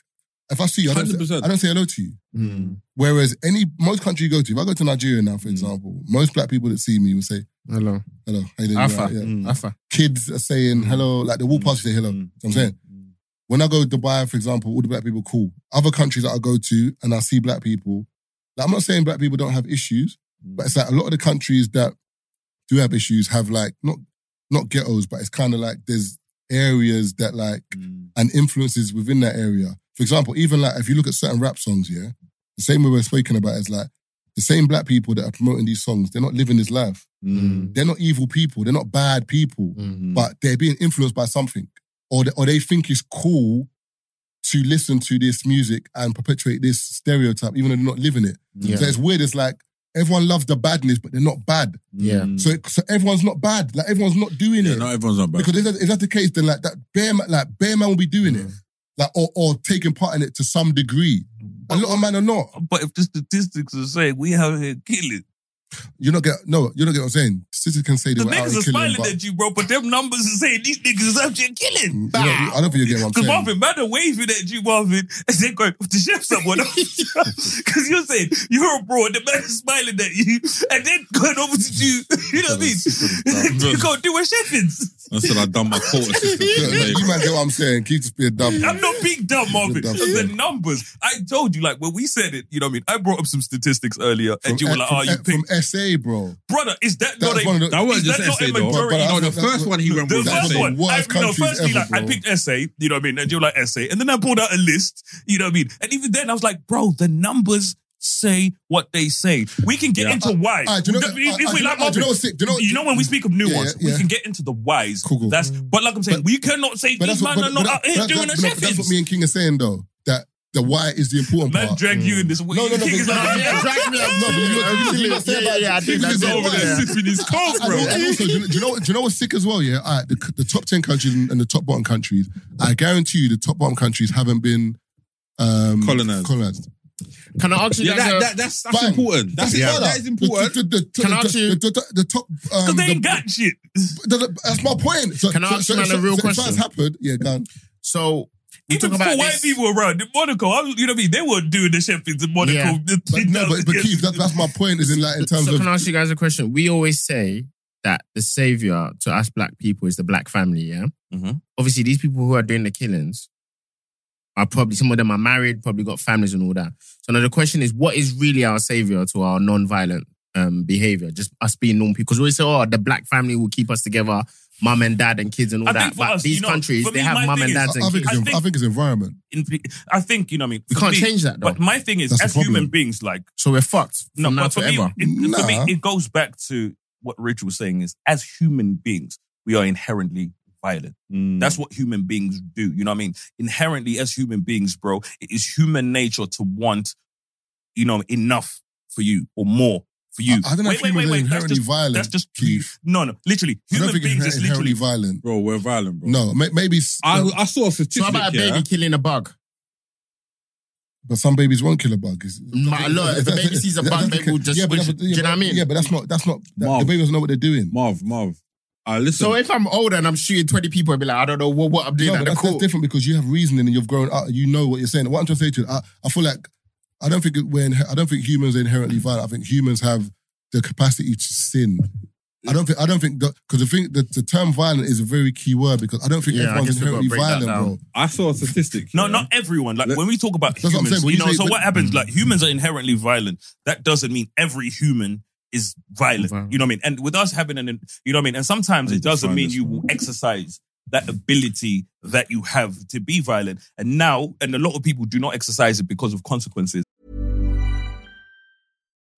if I see you, I don't, say,
100%.
I don't say hello to you.
Mm.
mm. Whereas any most country you go to, if I go to Nigeria now, for example, most black people that see me will say
Mm. Hello.
hello. How you doing? You
Alpha. Mm.
alright? Yeah
Alpha.
kids are saying hello, like they walk past you say
Mm.
hello. You know what I'm saying? When I go to Dubai, for example, all the black people cool. Other countries that I go to and I see black people, like I'm not saying black people don't have issues, but it's like a lot of the countries that do have issues have like not not ghettos, but it's kind of like there's areas that like
Mm.
Mm,
and influences within that area. For example, even like if you look at certain rap songs, yeah, the same way we're speaking about is like the same black people that are promoting these songs, they're not living this life
mm,
they're not evil people. They're not bad people,
Mm-hmm.
but they're being influenced by something, or they, or they think it's cool to listen to this music and perpetuate this stereotype, even though they're not living it.
Yeah.
So it's weird. It's like Everyone loves the badness, but they're not bad.
Yeah.
Mm.
So, it, so everyone's not bad. Like everyone's not doing
Yeah,
it.
not everyone's not bad.
Because if that, if that's the case, then like that bear, ma- like bear man will be doing
Mm.
it, like or, or taking part in it to some degree. A lot of men are not.
But if the statistics are saying we out here killing,
You not get no. You not get what I'm saying. Sisters can say they
the
were out
niggas
and
are
killing,
smiling
but
at you, bro. But them numbers are saying these niggas out here killing.
you know, you- I don't think you get what I'm
Because
saying.
Marvin, man, are waving at you, Marvin, and they're going to chef someone. Because you're saying you're abroad, the man is smiling at you, and then going over to do, you know what I mean? you go do a chef's.
I said I done my court assistant
You,
today.
you might get what I'm saying. Keep just being dumb.
I'm not being dumb, Marvin.
You're dumb,
It's the
yeah.
numbers. I told you, like, when we said it, you know what I mean? I brought up some statistics earlier, and you were
From-
like,
from,
oh, you
from
picked.
SA, bro.
Brother, is that,
That
not
was
a.
one of the-
That wasn't
Is
just
that not
essay
a
though.
majority?
But- but I
no, the
think that's
first
what-
one he went
The
with
that's
was
first
the
essay.
one, I,
worst
no,
countries
firstly,
ever,
like, I
bro.
picked essay, you know what I mean, and you're like essay, and then I pulled out a list, you know what I mean, and even then I was like, bro, the numbers say what they say. We can get
Yeah.
into why.
Ah, do you know-
If we
ah, ah, do you
like
know- ah, do you know
Marvin,
what's sick? Do you know-
you know when we speak of nuance,
Yeah, yeah, yeah.
we can get into the whys.
Cool, cool.
That's but like I'm saying, we cannot say
But
these
that's what, but,
man are not
but
out
that-
here
but
doing a
that- but that's what
chef's.
me and King are saying though. That the why is the important
Man
part.
dragged you in this.
No, no, no, but-
Yeah,
Yeah,
drag me like
No, but you- you- you
Yeah,
must say
yeah,
about-
yeah, I did
King
that
is
over
why.
there.
sipping his coke,
And, and also, do you, know- do you know what- do you know what's sick as well? Yeah, All right, the, the top ten countries and and the top bottom countries. I guarantee you, the top bottom countries haven't been um,
Colonized.
Colonized.
Can I ask you
Yeah,
guys?
that,
a-
that, that's that's
Bang.
important. That's
Yeah.
that is important.
The, the, the,
Can I
the-
ask you-
the, the, the top?
Because
Um,
they
the-
ain't got shit.
the- the- that's my point. So,
Can I ask you, man, a real
so, So
question?
it's happened. Yeah, go on.
So we
Even
talk
for
about
white
this-
people around in Monaco, I, you know what I mean? They were doing the chefs in Monaco.
Yeah.
The-
But no, but, but Keith, that, that's my point. Is in like in terms
so
of
can I ask you guys a question? We always say that the savior to us black people is the black family. Yeah.
Mhm.
Obviously, these people who are doing the killings are probably some of them are married, probably got families and all that. So now the question is, what is really our savior to our non-violent um, behavior? Just us being normal people. Because we always say, oh, the black family will keep us together, mum and dad and kids and all
I think
that.
for
But
us,
these
you know,
countries,
for
they
me, my
have mum
thing
and
is-
dads
I,
and
I think it's,
kids.
I
I
think-
think it's environment.
in, pe- I think you know what I mean.
We
For
can't
me-
change that though.
But my thing is,
That's the
as human
problem.
beings, like
so we're fucked
no,
from now
but for
to
me,
ever.
it, for
Nah.
me, it goes back to what Rich was saying: is as human beings, we are inherently violent.
Mm.
That's what human beings do. You know what I mean? Inherently, as human beings, bro, it is human nature to want, you know, enough for you or more for you.
I, I don't know
Wait,
if
wait,
humans
wait,
are
wait, that's
inherently
just-
violent.
That's just
Keith.
no, no. Literally,
I don't
human
think it's
beings
inher-
is
inherently
literally
violent.
Bro, we're violent, bro.
No, may- maybe. s-
I, I saw a
So
statistic.
how about a
yeah?
baby killing a bug?
But some babies won't kill a bug. Is-
My lord, if the baby sees a
That-
bug,
that's
baby will
okay.
just
Yeah, but
squish
that's-
it. Do you
yeah,
know what I mean?
Yeah, but that's not. That's not. That, the
Marv.
baby doesn't know what they're doing.
Marv, Marv. Uh, listen.
So if I'm older and I'm shooting 20 people, I'd be like, I don't know what, what I'm doing
No,
at
but
the
that's, that's
court.
different because you have reasoning and you've grown up. You know what you're saying. What I'm trying to say to you, I, I feel like I don't think it- we're. Inher- I don't think humans are inherently violent. I think humans have the capacity to sin. I don't think. I don't think because the thing the, the term violent is a very key word because I don't think
Yeah, I
everyone's
guess we've got to
inherently
break that
violent,
down.
bro.
I saw a statistic.
No,
yeah?
not everyone. Like
Let-
when we talk about
what I'm
humans,
saying. When
you
you
know.
say-
so
when- Mm.
what happens? Like humans are inherently violent. That doesn't mean every human is violent.
Violent.
You know what I mean? And with us having an, you know what I mean. And sometimes
I
it
need to
doesn't
find
mean
this
you
one.
will exercise that ability that you have to be violent. And now, and a lot of people do not exercise it because of consequences.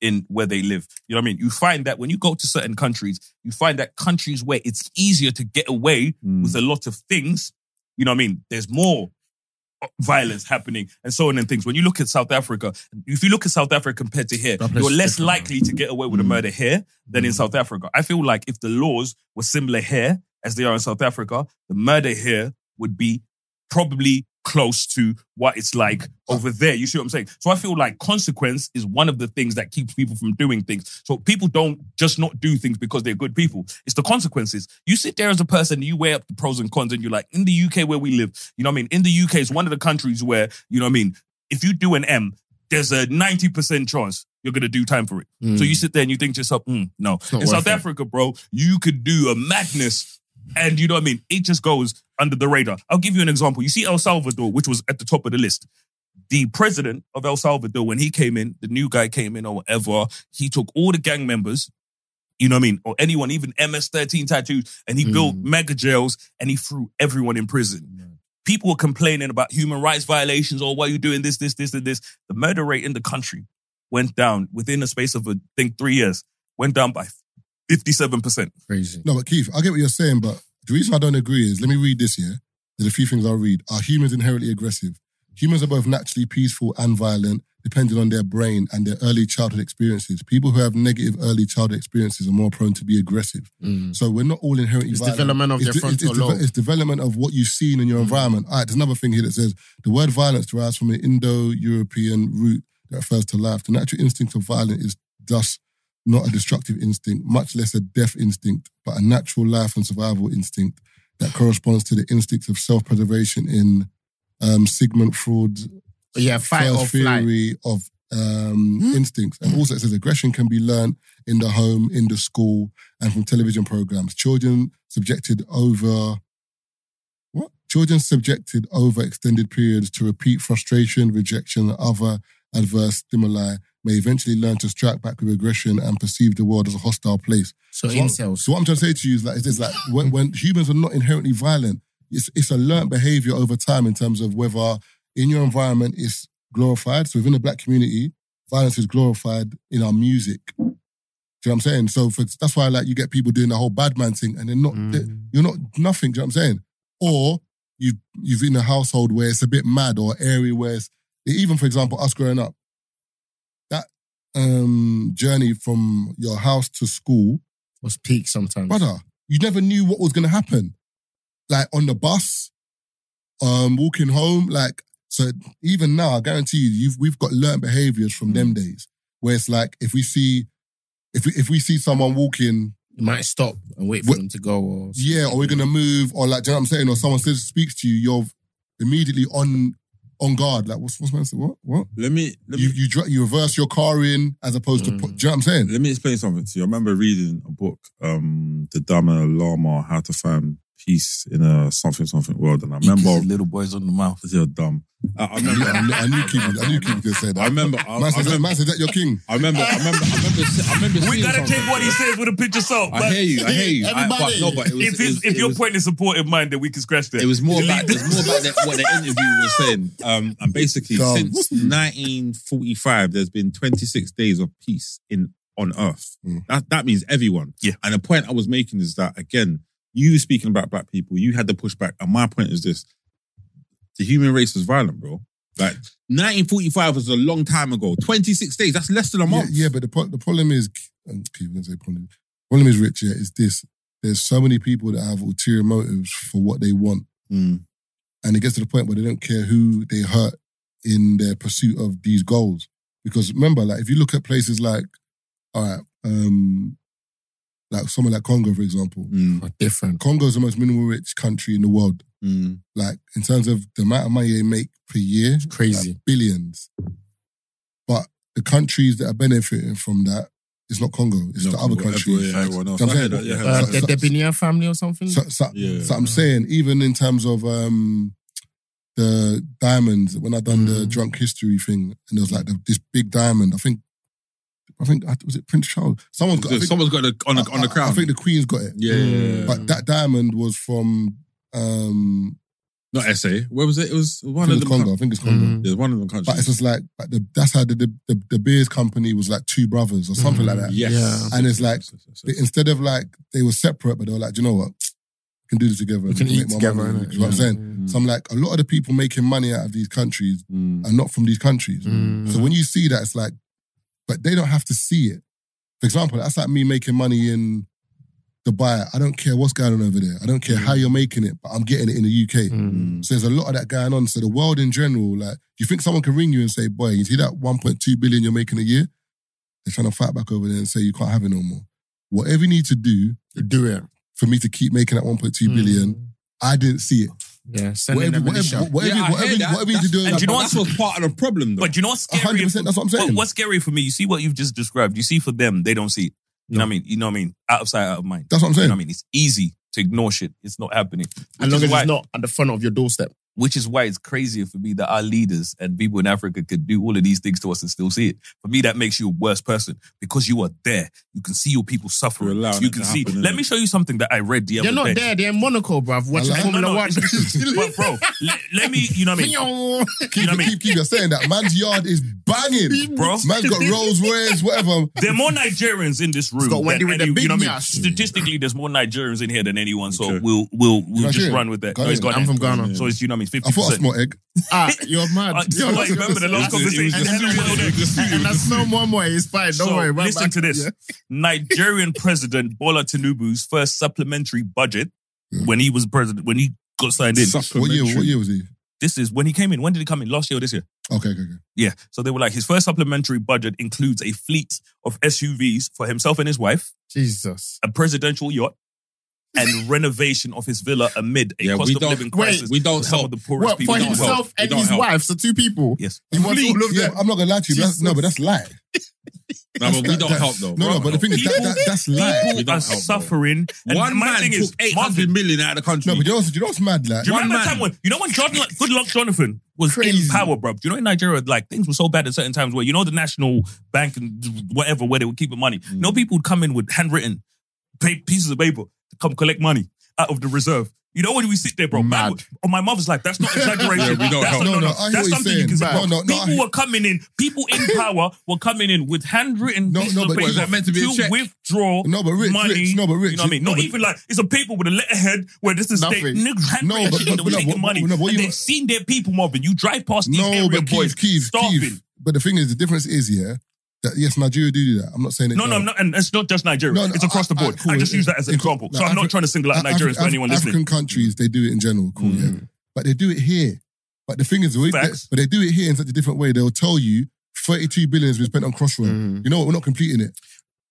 in where they live. You know what I mean? You find that when you go to certain countries, you find that countries where it's easier to get away
Hmm.
with a lot of things, you know what I mean? There's more violence happening and so on and things. When you look at South Africa, if you look at South Africa compared to here,
That place
you're
is
less
different, Hmm.
likely to get away with a murder here than in South Africa. I feel like if the laws were similar here as they are in South Africa, the murder here would be probably close to what it's like over there. You see what I'm saying? So I feel like consequence is one of the things that keeps people from doing things. So people don't just not do things because they're good people. It's the consequences. You sit there as a person, you weigh up the pros and cons, and you're like, in the UK where we live, you know what I mean? In the UK, it's one of the countries where, you know what I mean? If you do an M, there's a 90% chance you're going to do time for it. So you sit there and you think to yourself, mm, no.
not
In South
worth it.
Africa, bro, you could do a madness. And you know what I mean? It just goes under the radar. I'll give you an example. You see El Salvador, which was at the top of the list. The- the president of El Salvador, when he came in, the new guy came in or whatever, he took all the gang members, you know what I mean, or anyone, even MS-13 tattoos, and
Mm.
he built mega jails and he threw everyone in prison. People were complaining about human rights violations or why you doing this, this, this, and this. The murder rate in the country went down within a space of, I think, three years, went down by 57%.
Crazy.
No, but Keith, I get what you're saying, but the reason I don't agree is let me read this here. There's a few things I'll read. Are humans inherently aggressive? Humans are both naturally peaceful and violent, depending on their brain and their early childhood experiences. People who have negative early childhood experiences are more prone to be aggressive. So we're not all inherently
Mm. um, It's
violent.
development of
it's
their frontal
it's,
lobe.
it's development of what you've seen in your
Mm.
environment. All right, there's another thing here that says the word violence derives from an Indo-European root that refers to life. The natural instinct of violence is thus not a destructive instinct, much less a death instinct, but a natural life and survival instinct that corresponds to the instincts of self-preservation in um, Sigmund Freud's
Yeah, fight
first
or flight. Hmm.
theory of um, instincts. And also, it says aggression can be learned in the home, in the school, and from television programs. Children subjected over what? Children subjected over extended periods to repeat frustration, rejection, and other adverse stimuli may eventually learn to strike back with aggression and perceive the world as a hostile place.
So
what-
incels.
So what I'm trying to say to you is like, it's like when, when humans are not inherently violent, it's it's a learned behavior over time in terms of whether in your environment it's glorified. So within the black community, violence is glorified in our music. Do you know what I'm saying? So for, that's why like you get people doing the whole bad man thing and they're not
Mm.
they-
Mm.
you're not nothing. Do you know what I'm saying? Or you've you've in a household where it's a bit mad or area where it's even for example us growing up that um journey from your house to school
Was peak sometimes.
brother, you never knew what was going to happen. Like on the bus, um, walking home, like, so even now, I guarantee you, you've, we've got learned behaviors from them
Mm.
days where it's like, if we see, if we, if we see someone walking,
you might stop and wait for
What-
them to go. Or
yeah, or we're going to move, or like, do you know what I'm saying? Or someone says, speaks to you, you're immediately on, on guard. Like, what's, what's my answer? What? What?
Let me let
You,
me Mm.
you, dr- you reverse your car in as opposed to, put, do you know what I'm saying?
let me explain something to you. I remember reading a book, um, The Dharma Lama, How to Find Peace in a Something Something World, and I remember
little boys on the mouth.
you're dumb. I, I
I
remember.
knew- I knew Keith was- I knew Keith was going to say that.
I remember. I,
Man
I
said, that-
remember.
man said that you're king.
I remember. I remember. I remember. se- I remember
We
seeing
gotta
something.
take what he says with a pinch of salt.
I
but
hear you. I hear you. I, but
Everybody.
no, but it was,
if,
it
his,
was,
if
it
your
was,
point is supportive mind, then we can scratch that.
It was more about it was more about the, what the interview was saying. Um, and basically,
Dumb.
since 1945, there's been 26 days of peace in on Earth.
Mm.
That that means everyone.
Yeah.
And the point I was making is that again, you speaking about black people, you had the pushback, and my point is this: the human race is violent, bro. Like 1945 was a long time ago. 26 days. That's less than a
Yeah,
month.
yeah, but the, pro- the problem is, and people gonna say problem. Problem is, Rich, yeah, is this. There's so many people that have ulterior motives for what they want,
Mm.
and it gets to the point where they don't care who they hurt in their pursuit of these goals. Because remember, like if you look at places like, all right, um, like somewhere like Congo, for example,
Mm.
Or different.
Congo is the most minimal rich country in the world.
Mm.
Like in terms of the amount of money they make per year,
crazy.
like, billions. But the countries that are benefiting from that, it's not Congo, it's
No,
the other
whatever,
countries.
yeah, everyone else.
I'm
I
saying-
heard that, yeah, I heard
Uh,
that.
So-
the
so-
Debinier family or something.
So, so,
Yeah.
so I'm saying, even in terms of um, the diamonds, when I done
Mm.
the drunk history thing, and there was like the, this big diamond. I think, I think I- was it Prince Charles? Someone's got. I think,
Someone's got a, on a,
I-
on the
I-
crown.
I think the Queen's got it.
yeah, yeah, yeah, yeah.
But that diamond was from um,
not SA. Where was it? It was
I
one
think
of
it's
the
Congo. I think it's Congo.
Mm.
mm.
It was one of them countries.
But it's just like, but the, that's how the, the the the beers company was like two brothers or something like that.
Yes.
Mm. Yeah.
And it's like, They- instead of like they were separate, but they were like, "Do you know what, we can do this together. We
can eat together,
Money.
innit?
You know what I'm
Yeah.
saying? So uh, I'm like, a lot of the people making money out of these countries
Mm.
are not from these countries.
Mm.
So when you see that, it's like, but they don't have to see it. For example, that's like me making money in Dubai. I don't care what's going on over there. I don't
Mm.
care how you're making it, but I'm getting it in the
Mm.
UK. So there's a lot of that going on. So the world in general, like, you think someone can ring you and say, boy, you see that 1.2 billion you're making a year? They're trying to fight back over there and say you can't have it no more. Whatever you need to do, do it. For me to keep making that 1.2 billion, I didn't see it.
Yeah, send
Whatever,
Hmm. them a
whatever,
shot.
whatever,
Yeah, I hear
whatever,
that.
whatever you need to do,
And do you know
That was part of the problem, though.
But you know what's
A hundred
scary?
percent, that's what I'm saying.
What- what's scary for me? You see what you've just described. You see, for them, they don't see it. You know what I mean? You know what I mean? Out of sight, out of mind.
That's what I'm
You know
saying.
what I mean? It's easy to ignore shit. It's not happening.
As
Which
long
is
as
why-
it's not at the front of your doorstep.
Which is why it's crazier for me that our leaders and people in Africa could do all of these things to us and still see it. For me, that makes you a worse person because you are there. You can see your people suffering.
You're allowing
you
it
can
to
see.
happen,
Let
innit?
me show you something that I read the other
They're
day.
not there. They're in Monaco, bruv. Watching
like-
Formula
No, no,
One.
it's- but bro, let, let me, you know what I mean? You know what I mean?
Keep, keep, you're saying that. Man's yard is banging.
Bro.
Man's got Rolls Royce, whatever.
There are more Nigerians in this room.
got
than
Wendy with the
any- you know
big
what I mean?
ass.
Statistically, there's more Nigerians in here than anyone. So
Okay.
we'll we'll we'll just
Nigerian?
run with that. No,
Ghanaian.
he's Ghanaian.
I'm from Ghana.
So it's you know what I mean.
I
Fifty
thought I
percent.
smoked egg.
Ah, you're mad.
So like, remember the last
It was
conversation.
just- it was just- it was just- it was
And I
just-
smell one way. It's fine. Don't
so
worry. Right
listen
back.
to this.
Yeah.
Nigerian President Bola Tinubu's first supplementary budget when he was president when he got signed in.
What year, what year was he?
This is when he came in. When did he come in? Last year or this year?
Okay, okay, okay.
Yeah. So they were like, his first supplementary budget includes a fleet of SUVs for himself and his wife,
Jesus.
a presidential yacht, and renovation of his villa amid a
Yeah,
cost
we
of
don't-
living
wait,
crisis.
we don't
for some
help.
of the poorest
What,
people.
for
in the world.
himself
We
and
don't
his
help.
wife? So two people.
Yes.
He wants all of
Yeah,
them.
I'm not gonna lie to you. That's, no, but that's lie.
No, but we don't
That-
help though.
No, no,
bro.
but the thing is, that,
People-
that, that's lie.
We
People
don't
are
help, bro.
suffering. And
one
my
man
thing
took
is,
eight
Marvin,
hundred million out of the country.
No, but you know, do you know what's mad, like?
Do you remember
One
the time
man.
when you know when John Good Luck Jonathan was in
Crazy.
power, bro? Do you know in Nigeria, like things were so bad at certain times where you know the national bank and whatever where they would keep the money. No
Mm.
people would come in with handwritten pa- pieces of paper to come collect money out of the reserve. You know when we sit there, bro? Man,
Mad.
on my mother's life, that's not exaggeration.
Yeah, we don't
that's
help.
not-
No, no, I hear what
that's
you're
something you
saying,
can say.
man.
bro.
No, no, I
people
hear-
were coming in, people in power were coming in with handwritten
No,
pieces
no,
of
but
paper
it's not
meant to be a check.
withdraw
No, but Rich,
money.
Rich, no, but Rich,
you know what I mean?
no,
Not
but-
even like it's a paper with a letterhead where this is
Nothing.
niggas
No, but-
handwritten that
but-
were
but-
taking
but-
money.
but what
and
you-
they've seen their people mobbing. You drive past these
No,
area
but
boys
Keith, Keith,
starving.
Keith. But the thing is, the difference is, yeah, that yes, Nigeria do do that. I'm not saying it.
No, no,
don't.
no, and it's not just Nigeria.
No, no,
it's across the board.
I- I- cool.
I just use that as an
In-
example.
no,
so I'm not
Afri-
trying to single out
Af-
Nigerians
Af-
for anyone
Af-
listening.
African countries, they do it in general, cool, yeah. But they do it here. But the thing is, the way- they,
Facts.
but they do it here in such a different way. They'll tell you 32 billion has been spent on Crossroad. You know what? We're not completing it.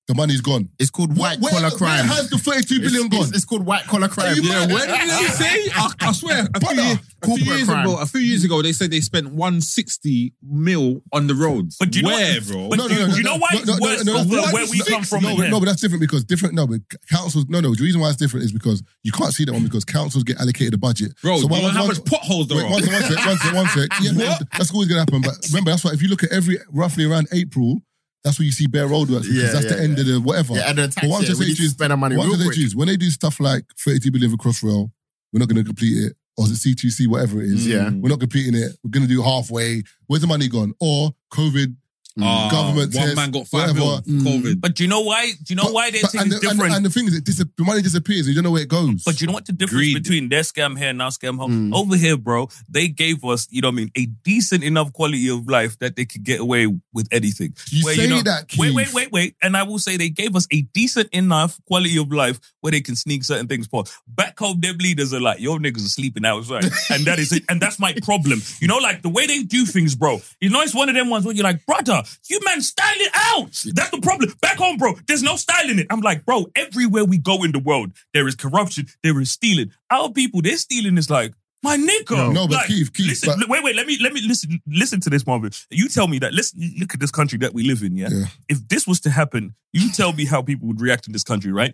The money's gone.
It's called white
Where-
collar
where
crime.
has the 32
It's-
billion
it's-
gone?
It's called white collar crime.
you mad?
When did they say? I, I swear, a few,
Brother,
years, a few
corporate
years
crime.
ago, a few years ago, they said they spent 160 mil on the roads.
But do you know
Where,
what-
bro?
but
No, no,
you-
no, no,
you know
no,
why
no,
it's
no,
worse
no,
than
no,
where we
no,
come from
No,
in
but,
here?
no, but that's different because different. No, but councils. No, no. The reason why it's different is because you can't see that one because councils get allocated a budget.
Bro, do
why-
you know
why-
how
why-
much potholes there
Wait,
are?
one sec, one sec, one sec, one sec. Yeah, man, that's always gonna happen. But remember, that's why if you look at every roughly around April, that's where you see bare roadworks because
Yeah,
that's the
yeah,
end of the whatever.
Yeah, and the tax
But once
year,
they
we
say
need to
Jews-
spend our money
What do
real
they
quick.
choose? When they do stuff like 32 billion for Crossrail, we're not going to complete it. Or is it C2C, whatever it is?
Mm. Yeah.
We're not completing it. We're going to do halfway. Where's the money gone? Or COVID,
Ah,
government
One
test,
man got five mil.
whatever.
for COVID.
But do you know why? Do you know why their
But-
thing
and,
is
the,
different?
And, and the thing is, it dis- the money disappears. You don't know where it goes.
But you know what the difference
Greed.
between their scam here and our scam home? Over here, bro, they gave us, you know what I mean, a decent enough quality of life that they could get away with anything.
You say
know-
that,
Wait, wait,
Keith.
wait, wait. And I will say they gave us a decent enough quality of life where they can sneak certain things past. Back home, them leaders are like, your niggas are sleeping outside. and that is it. And that's my problem. You know, like the way they do things, bro. You know, it's one of them ones where you're like, brother, you man, style it out. That's the problem. Back home, bro, there's no styling it. I'm like, bro, everywhere we go in the world, there is corruption, there is stealing. Our people, they're stealing is like, my nigga.
No, no, but
Oh. like,
Keith, Keith,
listen,
but-
wait, wait. Let me, let me listen. Listen to this, Marvin. You tell me that. Listen, look at this country that we live in. Yeah?
Yeah.
If this was to happen, you tell me how people would react in this country, right?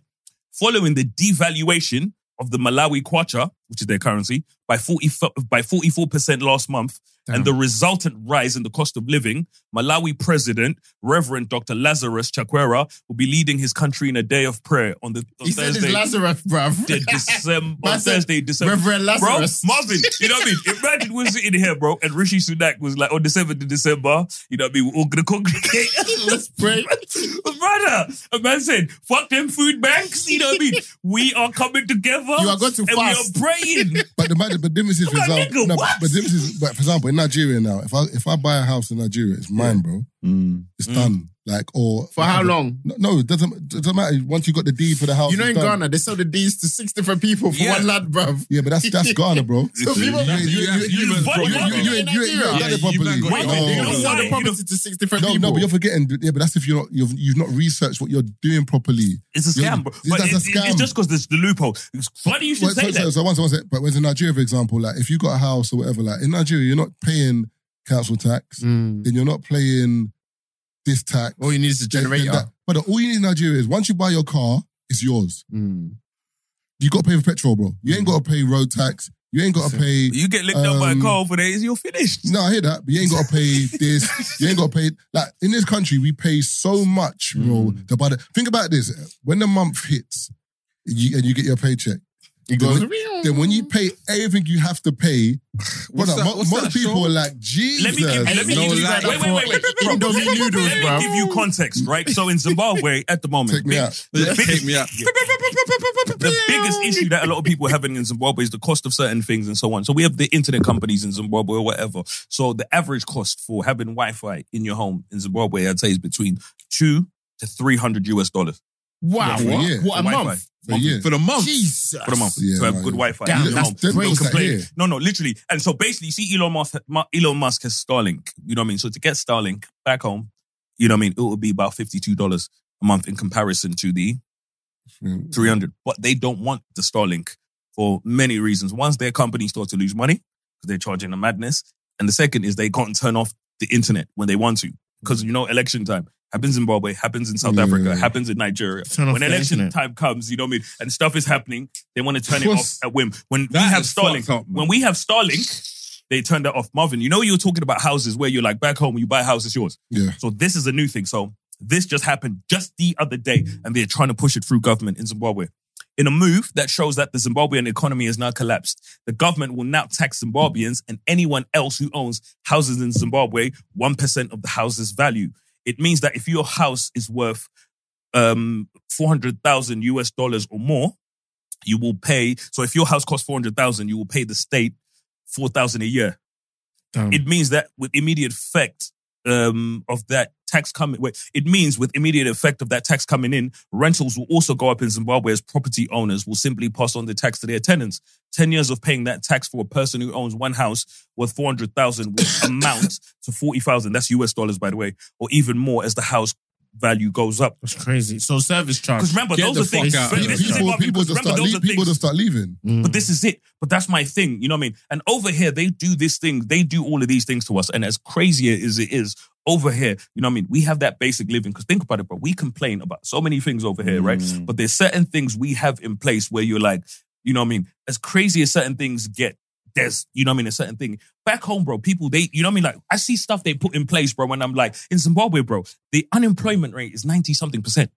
Following the devaluation of the Malawi kwacha, which is their currency, by forty by forty four percent last month, and the resultant rise in the cost of living, Malawi President Reverend Dr. Lazarus Chakwera will be leading his country in a day of prayer on the on
He said
Thursday.
it's Lazarus, bruv.
De- December,
Man said,
Thursday, December.
Reverend Lazarus.
Bro, Marvin, you know what I mean? Imagine we're sitting here, bro, and Rishi Sunak was like, on the 7th of December, you know what I mean? We're all going to congregate.
Let's pray.
Brother, a man said, fuck them food banks, you know what I mean? We are coming together.
You are going to
and
fast.
we are praying.
But the matter, but difference is, for
Like,
example,
nigga,
no,
what?
but difference is, but for example, in Nigeria now, if I if I buy a house in Nigeria, it's mine, bro.
Mm.
It's
Mm.
done. Like or
For how long?
No, no, it doesn't it doesn't matter. Once you got the deed for the house,
You know,
it's
in
done.
Ghana, they sell the deeds to six different people for
Yeah.
one lad, bruv.
Yeah, but that's that's Ghana, bro.
So people,
you- you- you- you-
you-
You ain't-
Why-
you ain't- you ain't- you ain't done it properly.
why-
No,
they
why-
don't sell
no,
the property to six different
No,
people.
no, but you're forgetting. Yeah, but that's if you're not you've, you've not researched what you're doing properly.
It's a
You're-
scam, bro.
That's
But
a
it- it-
scam.
it's just because there's the loophole. It's funny you should
Wait,
say
so,
that.
So, so once, once, but whereas in Nigeria, for example, like if you got a house or whatever, like in Nigeria, you're not paying council
Mm.
tax, then you're not paying this tax.
Mm. All you need is a
then- then
generator.
that. But all you need in Nigeria is once you buy mm. your car, it's yours. You got to pay for petrol, bro. You ain't got to pay road tax. You ain't got to pay.
You get licked up by a
Um,
car for days, you're finished.
No, I hear that, but you ain't got to pay this. You ain't got to pay like in this country we pay so much, bro. The About it. Think about this: when the month hits, you, and you get your paycheck, you go. Then when you pay everything you have to pay, brother,
that-
mo-
what's
most
that,
people
Sean?
are like Jesus.
Let me give, let me
no
give you
lie.
wait, wait, wait, wait, bro,
Indomie
let me-
noodles,
let me
bruv.
give you context, right? So in Zimbabwe at the moment,
Take me out.
the
Take
biggest,
me out.
the biggest issue that a lot of people are having in Zimbabwe is the cost of certain things and so on. So we have the internet companies in Zimbabwe or whatever. So the average cost for having Wi-Fi in your home in Zimbabwe, I'd say, is between two to three hundred US dollars
Wow.
For a
what?
year.
What a
For Wi-Fi.
month.
For a year.
For the month.
Jesus.
for the month
Yeah,
to have
man.
good Wi-Fi.
Damn,
in your
that's
home.
crazy.
Don't complain.
Yeah.
No, no, literally. And so basically, you see, Elon Musk, Ma- Elon Musk has Starlink. You know what I mean? So to get Starlink back home, you know what I mean? It would be about fifty-two dollars a month in comparison to the
Mm.
three hundred. But they don't want the Starlink for many reasons. Once their company starts to lose money because they're charging a madness, and the second is they can't turn off the internet when they want to because you know election time. Happens in Zimbabwe, happens in South
Yeah.
Africa, happens in Nigeria.
Turn off
When
the
election
internet.
time comes, you know what I mean, and stuff is happening, they want to turn it off
What's-
at whim. When we
That
have
is
Starlink,
fucked up, man.
when we have Starlink, they turn that off. Marvin, you know you were talking about houses where you're like back home, you buy a house, it's yours.
Yeah.
So this is a new thing. So this just happened just the other day, and they're trying to push it through government in Zimbabwe. In a move that shows that the Zimbabwean economy has now collapsed, the government will now tax Zimbabweans and anyone else who owns houses in Zimbabwe 1% of the house's value. It means that if your house is worth um, 400,000 US dollars or more, you will pay. So if your house costs 400,000, you will pay the state 4,000 a year.
Damn.
It means that with immediate effect um, of that tax coming, wait, it means with immediate effect of that tax coming in, rentals will also go up in Zimbabwe as property owners will simply pass on the tax to their tenants. 10 years of paying that tax for a person who owns one house worth 400,000 will amount to 40,000. That's US dollars, by the way, or even more as the house value goes up.
That's crazy. So service charge.
Because remember,
Get
those
the
are things.
fuck out.
but
People,
this is
people,
about- because
just
remember,
start
those
leave,
are
people
things-
just start leaving.
Mm.
But this is it. But that's my thing. You know what I mean? And over here, they do this thing. They do all of these things to us. And as crazy as it is over here, you know what I mean? We have that basic living. Because think about it, bro. We complain about so many things over here, right? But there's certain things we have in place where you're like, you know what I mean? As crazy as certain things get, there's, you know what I mean, a certain thing. Back home, bro, people, they, you know what I mean? Like, I see stuff they put in place, bro, when I'm like, in Zimbabwe, bro, the unemployment rate is 90 something percent.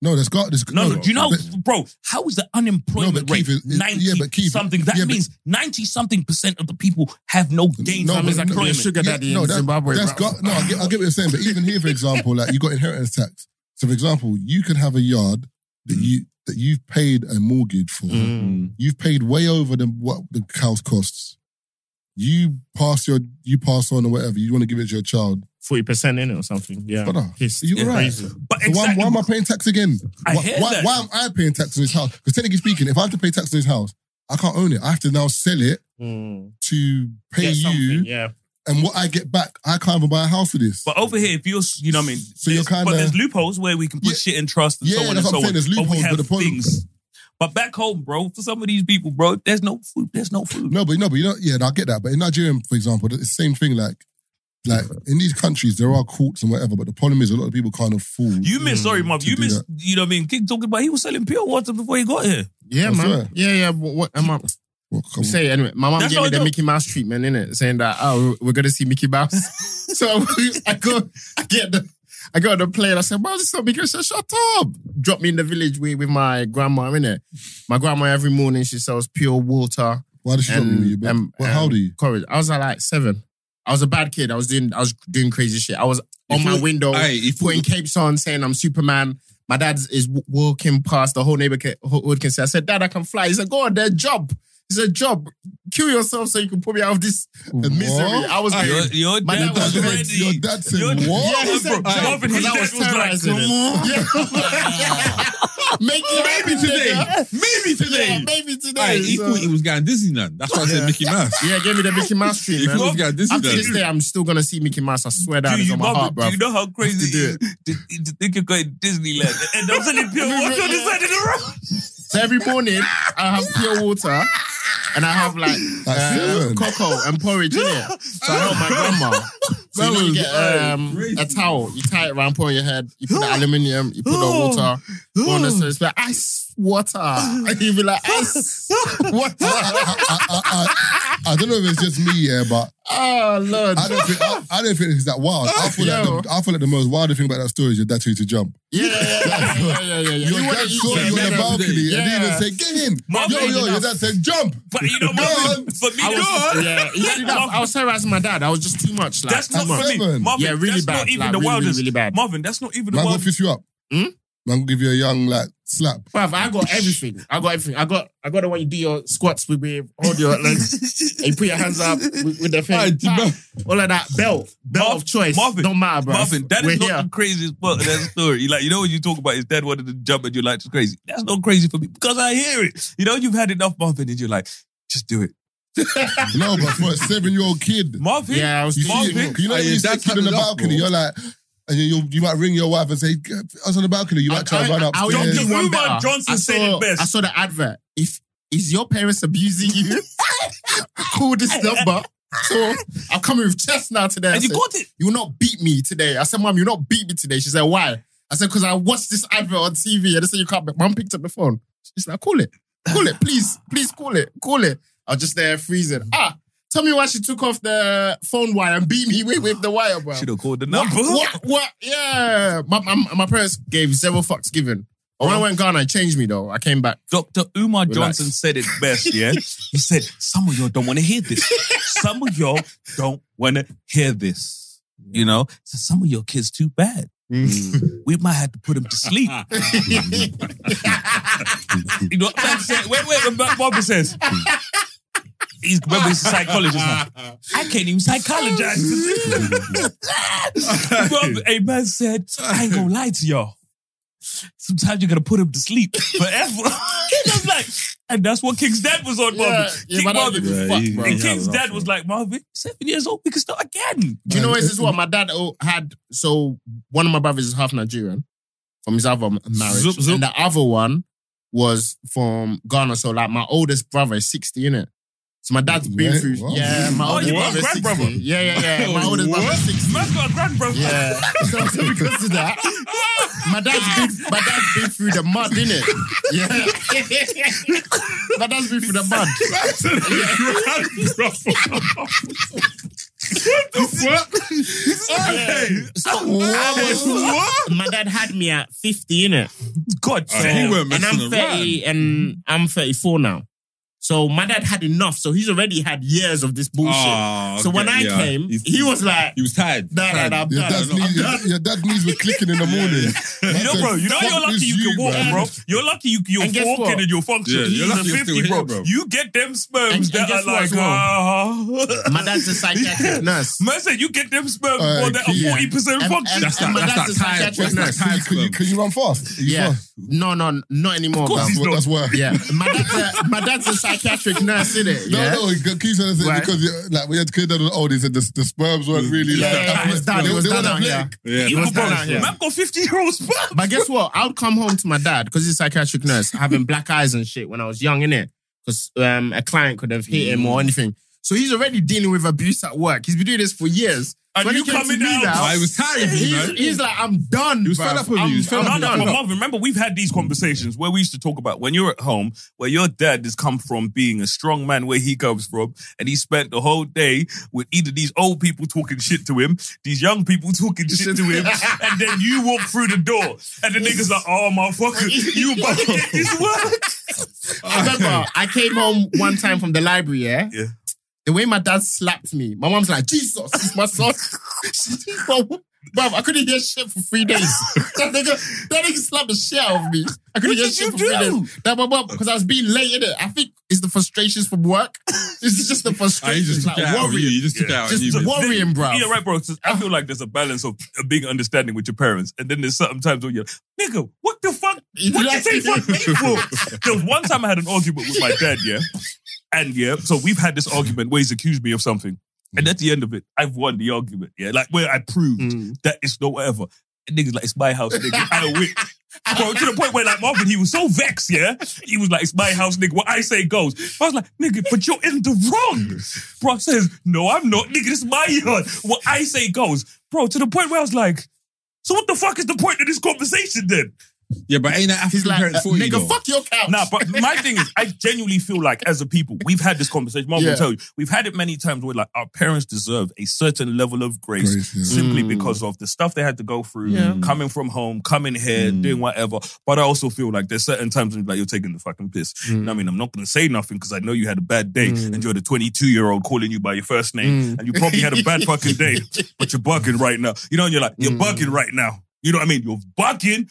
No, there's got this.
No, no, do you know,
but-
bro? How is the unemployment
No, but
rate
Keith, it- it-
ninety
yeah, but Keith,
something? That
yeah, but-
means ninety something percent of the people have no gain
No,
from
but-
employment.
no, but
sugar daddy in
that-
Zimbabwe,
That's
bro.
got, no, I get, I get what you're saying, but even here, for example, like you got inheritance tax. So, for example, you can have a yard that
Mm.
you that you've paid a mortgage for.
Mm.
You've paid way over the what the house costs. You pass your you pass on or whatever you want to give it to your child.
40% in it or something. Yeah.
Brother, are
Pissed.
you
Yeah.
all right?
Crazy.
But
So
exactly,
why, why am I paying tax again?
I
why,
hear
why,
that.
why am I paying tax on this house? Because technically speaking, if I have to pay tax on this house, I can't own it. I have to now sell it
Mm.
to pay
Get something,
you,
Yeah.
and what I get back, I can't even buy a house for this.
but over here, if you're, you know, what I mean,
So you're
there's- but
kinda-
there's loopholes where we can put
Yeah.
shit in trust and
Yeah,
so on
that's
and
what
so
I'm saying,
on.
there's
but we
loopholes,
have
but the point-
things. But back home, bro, for some of these people, bro, there's no food. There's no food.
No, but no, but you know, yeah, I get that. But in Nigeria, for example, it's the same thing. Like, like in these countries, there are courts and whatever. But the problem is, a lot of people can't afford.
You miss, sorry, Mom,
Mm, to
you
do
miss.
that.
You know what I mean? King talking about he was selling pure water before he got here.
Yeah,
That's
man.
right.
Yeah, yeah. What, what am I?
Well, come on.
Say it anyway. My mom
That's
gave me
not
the
dope.
Mickey Mouse treatment in it, saying that oh, we're gonna see Mickey Mouse. so I go, I get the, I go on the plane. I said, "Mom, this is not Mickey." Mouse." She said, "Shut up!" Drop me in the village with, with my grandma in it. My grandma every morning she sells pure water
Why did she drop you?
and,
But,
and,
well, how
and
do you?
courage. I was at like seven. I was a bad kid. I was doing I was doing crazy shit. I was on my window
Aye, if
putting
you,
capes on, saying I'm Superman. My dad is w- walking past the whole neighborhood can see. I said, Dad, I can fly. He said, Go on, there, job. He said, Job, kill yourself so you can put me out of this uh, misery.
What?
I was like,
Your, your
My
dad
dad
was
said-
ready.
your dad said,
Your-
"What?"
Yeah, he
Bro,
said,
Marvin, his
because I
dad
was
was like,
terrorizing
come
him.
on.
Yeah. Make it happen,
maybe today.
nigga.
Maybe
Yeah,
today.
maybe today.
Aye, he
so-
thought he was going Disneyland. That's why I said Mickey Mouse.
yeah, give me the Mickey Mouse
He
treatment.
thought he was going
After this
Disneyland.
day, I'm still gonna see Mickey Mouse. I swear that
Do
is
you,
on my
Bobby,
heart, bro.
do you know how crazy
do
it is to, to think you're going to Disneyland and I'm selling pure water on the side of the road?
So every morning I have pure water and I have like
That's
uh,
it.
cocoa and porridge in it. So I help my grandma. So you know you get um, a towel, you tie it around, put it on your head, you put the aluminium, you put the water, on it, so it's like ice water. And you be like, ice water.
I, I, I, I don't know if it's just me, yeah, but
Oh, Lord.
I don't think I, I don't think it's that wild. I feel, like
Yo.
the, I feel like the most wilder thing about that story is your dad told you to jump.
Yeah, yeah, yeah, yeah, yeah, yeah, yeah.
Your
You wanna
dad
eat
saw you on the
better.
balcony and he
Yeah.
even said, "Get in."
My
yo,
man
yo, your
enough.
dad said, "Jump."
But you know
Go on.
what? For me,
I
Go
was,
on.
yeah, he had enough. I was terrorizing my dad. I was just too much. Like,
That's not
too much.
for me,
Seven.
Marvin.
Yeah, really
that's
bad.
Not even
Like,
the
really,
wildest.
really bad.
Marvin, that's not even the
Man, gonna
wildest.
fist you up.
Hmm?
Man, gonna give you a young like slap.
Bruv, I got everything. I got everything. I got I got the one you do your squats with, with hold your legs, and you put your hands up with, with the thing. Pop. all of that belt, belt
Marv-
of choice.
Marvin,
Don't matter, bro.
Marvin, that
We're
is not
here.
the craziest part of that story. Like, you know when you talk about his dad wanted to jump and you're like, it's crazy. That's not crazy for me because I hear it. You know, you've had enough, Marvin, and you're like, just do it.
No, but for a seven-year-old kid,
Marvin?
Yeah, I was
you
thinking-
see,
Marvin?
it, you know,
Hey,
when you
your
see a
dad
kid on the
turned it up,
balcony,
bro.
you're like, and you, you, you might ring your wife and say, "I was on the balcony." You
I-
might try and
I-
run
I was
upstairs.
thinking one
Ruben
better.
Johnson
I
said
saw-
it best.
I saw the advert. If is your parents abusing you, call this number. So I'm coming with chestnut today. I
And you
said,
got it.
you will not beat me today. I said, Mom, you will not beat me today. She said, Why? I said, Because I watched this advert on TV and they said, You can't. be-" Mom picked up the phone. She's like, Call it. Call it, please. Please call it. Call it. I was just there freezing. Ah, tell me why she took off the phone wire and beat me with, with the wire, bro.
Should have called the
What,
number.
what, what? Yeah. My, my, my parents gave zero fucks given. When I went Ghana, it changed me though. I came back.
Dr. Umar
Relax.
Johnson said it best, yeah? he said, Some of y'all don't want to hear this. Some of y'all don't want to hear this. You know? So some of your kids too bad. we might have to put them to sleep. you know what I'm saying? Wait, wait, what Barbara says. He's, remember, he's a psychologist now. I can't even psychologize. Rob, a man said, I ain't gonna lie to y'all. Sometimes you're gonna put him to sleep forever. and I'm like, and that's what King's dad was on,
Yeah,
Marvin.
yeah,
King
but I don't
Marvin.
give a
Yeah,
fuck,
he-
bro.
he
And
Yeah,
King's
that's
dad was like, Marvin, seven years old, we can start again.
Do you know
Man,
what this is
it-
um,
what? My dad oh, had so one of my brothers is half Nigerian from his other m- marriage.
Zoop, zoop.
And the other one was from Ghana. So like my oldest brother is 60, innit? So my dad's been
Wait,
through
what?
Yeah, my
Oh,
oldest
you got a
brother is 60.
grandbrother?
Yeah, yeah, yeah. My oldest brother is 60.
Man's got a grandbrother.
Yeah. So, so because of that, my dad's been my dad's been through the mud, innit? Yeah. my dad's been through the mud. So My dad had me at 50, innit?
God,
So he weren't
and
messing
I'm 30 and Mm, I'm 34 now. So my dad had enough. So he's already had years of this bullshit.
around. Oh,
so when
okay,
I
yeah.
came,
He's-
he was like,
he was tired.
nah, nah,
Tired.
nah, I'm
Your
done.
dad's, knees, your, your dad's knees were clicking in the morning.
You know, bro, you know
Fuck
you're lucky
this
you can walk,
man.
bro. You're lucky you, you're
And guess
walking
what?
and you're functioning.
Yeah, you're
He's
lucky
a
you're
50,
still here,
bro.
bro.
You get them sperms
And- and
that
guess
are
what
like,
as well?
ah.
My dad's a psychiatric nurse.
Man said you get them sperms
Uh,
more than a
yeah.
40%
And-
function.
and-
That's
and
that.
my
That's
dad's
that
a
time.
psychiatric
That's that
nurse.
time.
Can you, can you run fast? Are you
Yeah.
fast?
No, no, not anymore.
course
bruv.
That's, what, that's why.
Yeah. My dad's, a, my dad's a psychiatric nurse, isn't it?
No,
yeah?
no, he keeps saying this
Right.
because you- like we had kids that were old. He said the, the sperms weren't really
Yeah,
like
yeah, yeah, it was done, it
They-
was
they
done
were
out here.
black.
Yeah.
Evil
what's that
bro.
out here?
Man got 50 year old sperm.
But guess what? I would come home to my dad because he's a psychiatric nurse, having black eyes and shit when I was young, innit? Because um, a client could have hit him
Mm.
or anything. So he's already dealing with abuse at work. He's been doing this for years.
And
when
you
he came
coming
to me
out,
now,
I was tired of you,
he's,
man.
he's like, I'm done. He
was fed up with you. He was fed
No,
up
no, but Marvin, remember we've had these conversations where we used to talk about when you're at home, where your dad has come from being a strong man where he comes from, and he spent the whole day with either these old people talking shit to him, these young people talking shit to him, and then you walk through the door, and the niggas like, oh motherfucker, you about to get this work.
I remember I came home one time from the library, yeah?
Yeah.
The way my dad slapped me, my mom's like, Jesus, it's my son. Bruv, I couldn't hear shit for three days. That nigga, that nigga slapped the shit out of me. I couldn't
What
hear
did
shit
you
for three
do?
days. That my mom, because I was being late in it. I think it's the frustrations from work. This is just the
Ah, he
frustrations.
just took
like
it out on you.
worrying.
He just took it out on
Just
you. man.
worrying, bro.
Yeah, right, bro. 'cause I feel like there's a balance of a big understanding with your parents, and then there's certain times when you're, nigga, what the fuck? What you say fuck me for? There was one time I had an argument with my dad, yeah, and yeah, so we've had this argument where he's accused me of something, and at the end of it, I've won the argument, yeah, like where I proved that it's not whatever. Niggas like, it's my house, nigga. I whip. Bro, to the point where like Marvin, he was so vexed, yeah. He was like, "It's my house, nigga. What I say goes." I was like, "Nigga, but you're in the wrong." Bro says, "No, I'm not, nigga. This is my yard. What I say goes." Bro, to the point where I was like, "So what the fuck is the point of this conversation then?"
Yeah, but ain't that
He's
African
like,
parent for you?
nigga,
though?
fuck your couch.
Nah, but my thing is, I genuinely feel like as a people, we've had this conversation. Mom
Yeah.
will tell you, we've had it many times where like our parents deserve a certain level of grace,
Grace, yeah.
simply because of the stuff they had to go through, coming from home, coming here, doing whatever. But I also feel like there's certain times when like you're taking the fucking piss. You know what I mean, I'm not gonna say nothing because I know you had a bad day and you're the 22 year old calling you by your first name and you probably had a bad fucking day, but you're bugging right now. You know, and you're like, you're bugging right now. You know what I mean? You're bugging,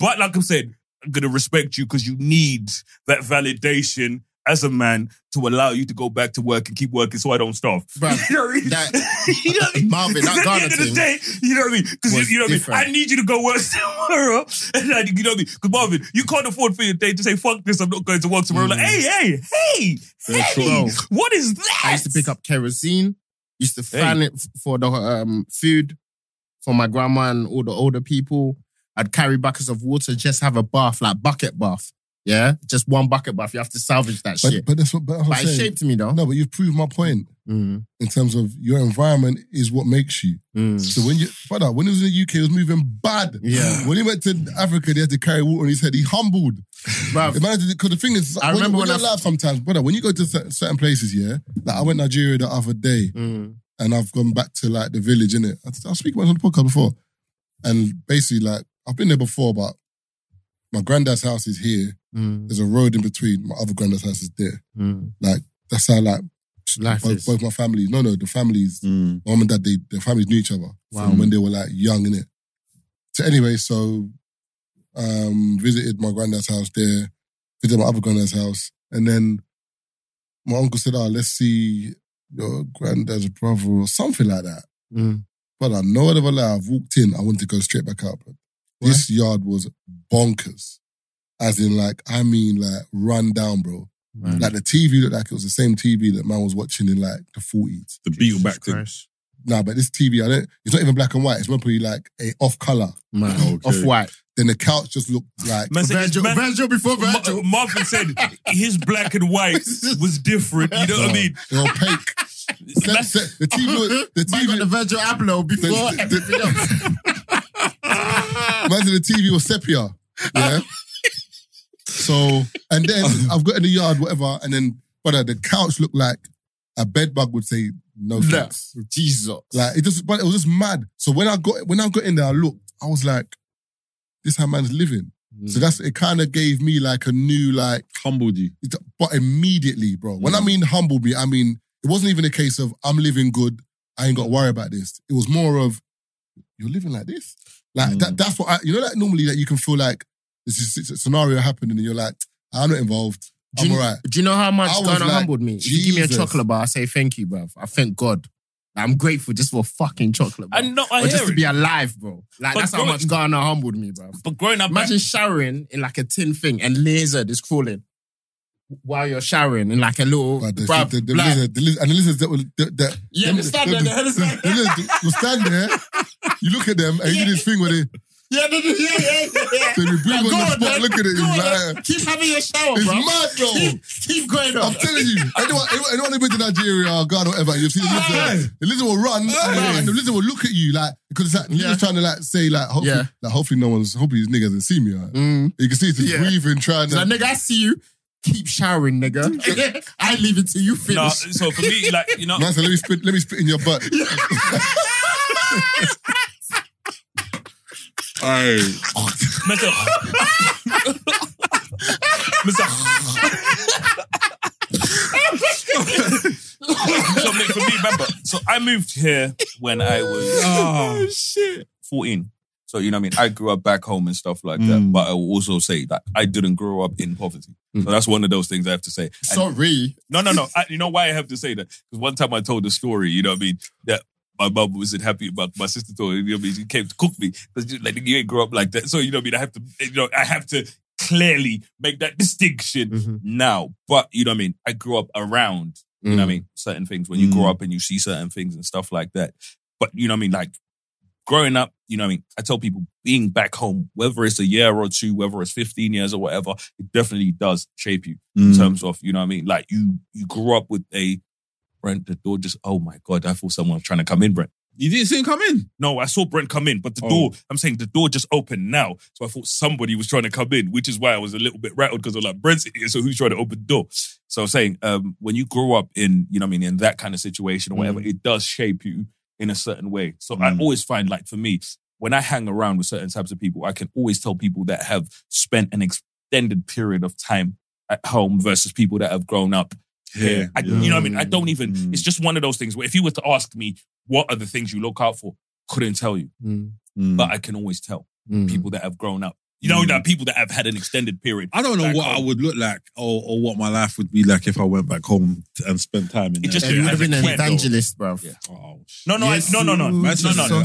but like I'm saying, I'm gonna respect you because you need that validation as a man to allow you to go back to work and keep working so I don't starve.
Bruh,
you know what I mean?
that-
you know what I mean?
Marvin,
'Cause
that
at the
Ghana
end of the
thing
day, you know what I mean? Because
was
you, know what I mean?
different.
I need you to go work tomorrow. And I, you know what I mean? Because Marvin, you can't afford for your day to say, fuck this, I'm not going to work tomorrow. Like,
Mm.
hey, hey, hey, hey,
Bro.
what is that?
I used to pick up kerosene, used to fan it f- for the um, food for my grandma and all the older people. I'd carry buckets of water, just have a bath, like bucket bath. Yeah, just one bucket bath. You have to salvage that
But,
shit. But,
but that's what but I'm
it
saying.
shaped me though.
No, but you've proved my point
Mm,
in terms of your environment is what makes you.
mm.
So when you, brother, when he was in the UK, he was moving bad.
Yeah.
When he went to Africa, they had to carry water on his head. He humbled.
Bruv,
Because the thing is,
I remember when
you're
I-
alive sometimes, brother, when you go to cer- certain places, yeah, like I went to Nigeria the other day
mm,
and I've gone back to like the village, innit? I, I speak about it on the podcast before. And basically, like, I've been there before, but my granddad's house is here.
mm,
There's a road in between. My other granddad's house is there.
mm.
That's how, like,
Life
both,
is.
both my families, no, no, the families,
Mm.
my mum and dad, they, their families knew each other
Wow.
from when they were like young, innit? So anyway, so um visited my granddad's house there, visited my other granddad's house, and then my uncle said, "Ah, let's see your granddad's brother or something like that."
Mm.
But I know of a lie, I've walked in, I wanted to go straight back out. But this yard was bonkers. As in, like, I mean, like, run down, bro.
Man.
Like, the TV looked like it was the same TV that man was watching in, like, the 40s.
The beetle back thing.
Christ.
Nah, but this TV, I don't. It's not even black and white. It's probably like a off color.
Man,
Okay.
off white.
Then the couch just looked like
Man said it's
Virgil,
man-
Virgil before
Ma-
Virgil.
Marvin said his black and white was different. You
um,
know what I mean?
they're opaque. Se-
That's-
se- the TV, was- the
Man got the
TV,
Virgil Abloh
the,
before
the-
everything else.
man said the TV was sepia. Yeah. So and then I've got in the yard, whatever, and then brother, the couch looked like a bed bug would say no
Nah,
thanks.
Jesus.
Like it just, but it was just mad. So when I got when I got in there, I looked. I was like, this how man's living.
Mm.
So that's it. Kind of gave me like a new like.
Humbled you.
It- but immediately, bro. When
Mm.
I mean humbled me, I mean it wasn't even a case of I'm living good. I ain't got to worry about this. It was more of you're living like this. Like
Mm.
that. That's what I. You know, like normally that you can feel like this is it's a scenario happening, and you're like, I'm not involved.
Do
I'm
you,
alright.
do you know how much
I was
Ghana
like,
humbled me? If you give me
Jesus.
a chocolate bar, I say thank you, bruv. I thank God. I'm grateful just for a fucking chocolate bar.
And no, I
or just
hear
to be
it.
alive, bro. Like,
But
that's how
growing-
much Ghana humbled me, bruv.
But growing up,
Imagine showering in like a tin thing and lizard is crawling while you're showering in like a little.
But the,
bruv,
the, the,
like-
lizard, the lizard, and the lizards that were that, that
You
them-
understand that? The hell is that?
The lizards will stand there. You look at them and you do this thing where they
yeah, yeah, yeah, yeah, yeah.
they be
Like,
breathing
go
on the spot,
on, man.
looking at
Go on,
you
man.
like
Keep having your shower,
it's
bruv.
mad though.
Keep, keep going on.
I'm telling you, anyone, anyone, anyone who been to Nigeria or Ghana, or whatever, you've seen the lizard. The lizard will run, and the lizard will look at you like because it's like yeah.
Yeah.
trying to like say like hopefully,
Yeah.
like, hopefully no one's hopefully these niggas didn't see me. Right?
Mm.
You can see it's just
Yeah.
breathing, trying
It's like,
to.
nigga, I see you. Keep showering, nigga. I leave it till you finish.
Nah, so for me, like you know,
Man said, let me spit, let me spit in your butt.
Hey,
Mr. Mr. so mate, for me, remember, so I moved here when I was
Oh,
shit. 14. So you know what I mean? I grew up back home and stuff like
Mm.
that. But I will also say that I didn't grow up in poverty. So that's one of those things I have to say. And-
Sorry.
no, no, no. I, you know why I have to say that? Because one time I told a story, you know what I mean? That my mum wasn't happy about my sister told me, you know what I mean? She came to cook me. Because like you ain't grow up like that. So you know what I mean? I have to you know, I have to clearly make that distinction now. But you know what I mean? I grew up around, you know what I mean, certain things. When you grow up and you see certain things and stuff like that. But you know what I mean, like growing up, you know, what I mean, I tell people being back home, whether it's a year or two, whether it's 15 years or whatever, it definitely does shape you
Mm.
in
Mm.
terms of, you know what I mean? Like you, you grew up with a Brent, the door just, oh my God, I feel someone trying to come in, Brent.
You didn't see him come in. Oh.
No, I saw Brent come in, but the door, I'm saying the door just opened now. So I thought somebody was trying to come in, which is why I was a little bit rattled because I was like, Brent's here, so who's trying to open the door? So I'm saying, um, when you grow up in, you know what I mean, in that kind of situation or
Mm.
whatever, it does shape you in a certain way. So I always find, like, for me, when I hang around with certain types of people, I can always tell people that have spent an extended period of time at home versus people that have grown up here. I, You know what I mean? I don't even,
Mm.
it's just one of those things where if you were to ask me, what are the things you look out for? Couldn't tell you,
Mm.
Mm.
but I can always tell people that have grown up. You know, that people that have had an extended period.
I don't know
back
what
home.
I would look like or, or what my life would be like if I went back home t- and spent time in
It just-
there.
Yeah, you would have
as a
been an
kid, though.
evangelist, bruv.
Yeah.
Oh, shit.
No, no, I, no, no, no, no,
Jesus.
no, no, no,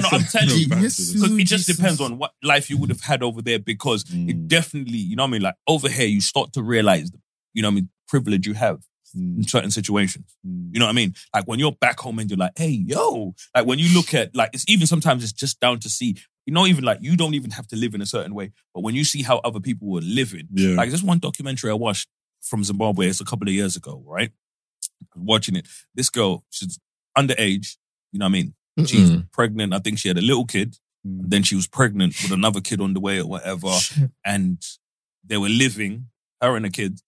no, no. I'm telling you,
Yes,
because it just depends on what life you would have had over there. Because
Mm.
it definitely, you know, what I mean, like over here, you start to realize, the, you know, what I mean, privilege you have in certain situations. You know what I mean? Like when you're back home and you're like, hey, yo, like when you look at, like, it's even sometimes it's just down to see. You know, even like you don't even have to live in a certain way, but when you see how other people were living,
Mm. Yeah.
like there's one documentary I watched from Zimbabwe. It's a couple of years ago, right? Watching it, this girl, she's underage. You know what I mean? She's pregnant. I think she had a little kid. Then she was pregnant with another kid on the way or whatever. And they were living, her and the kid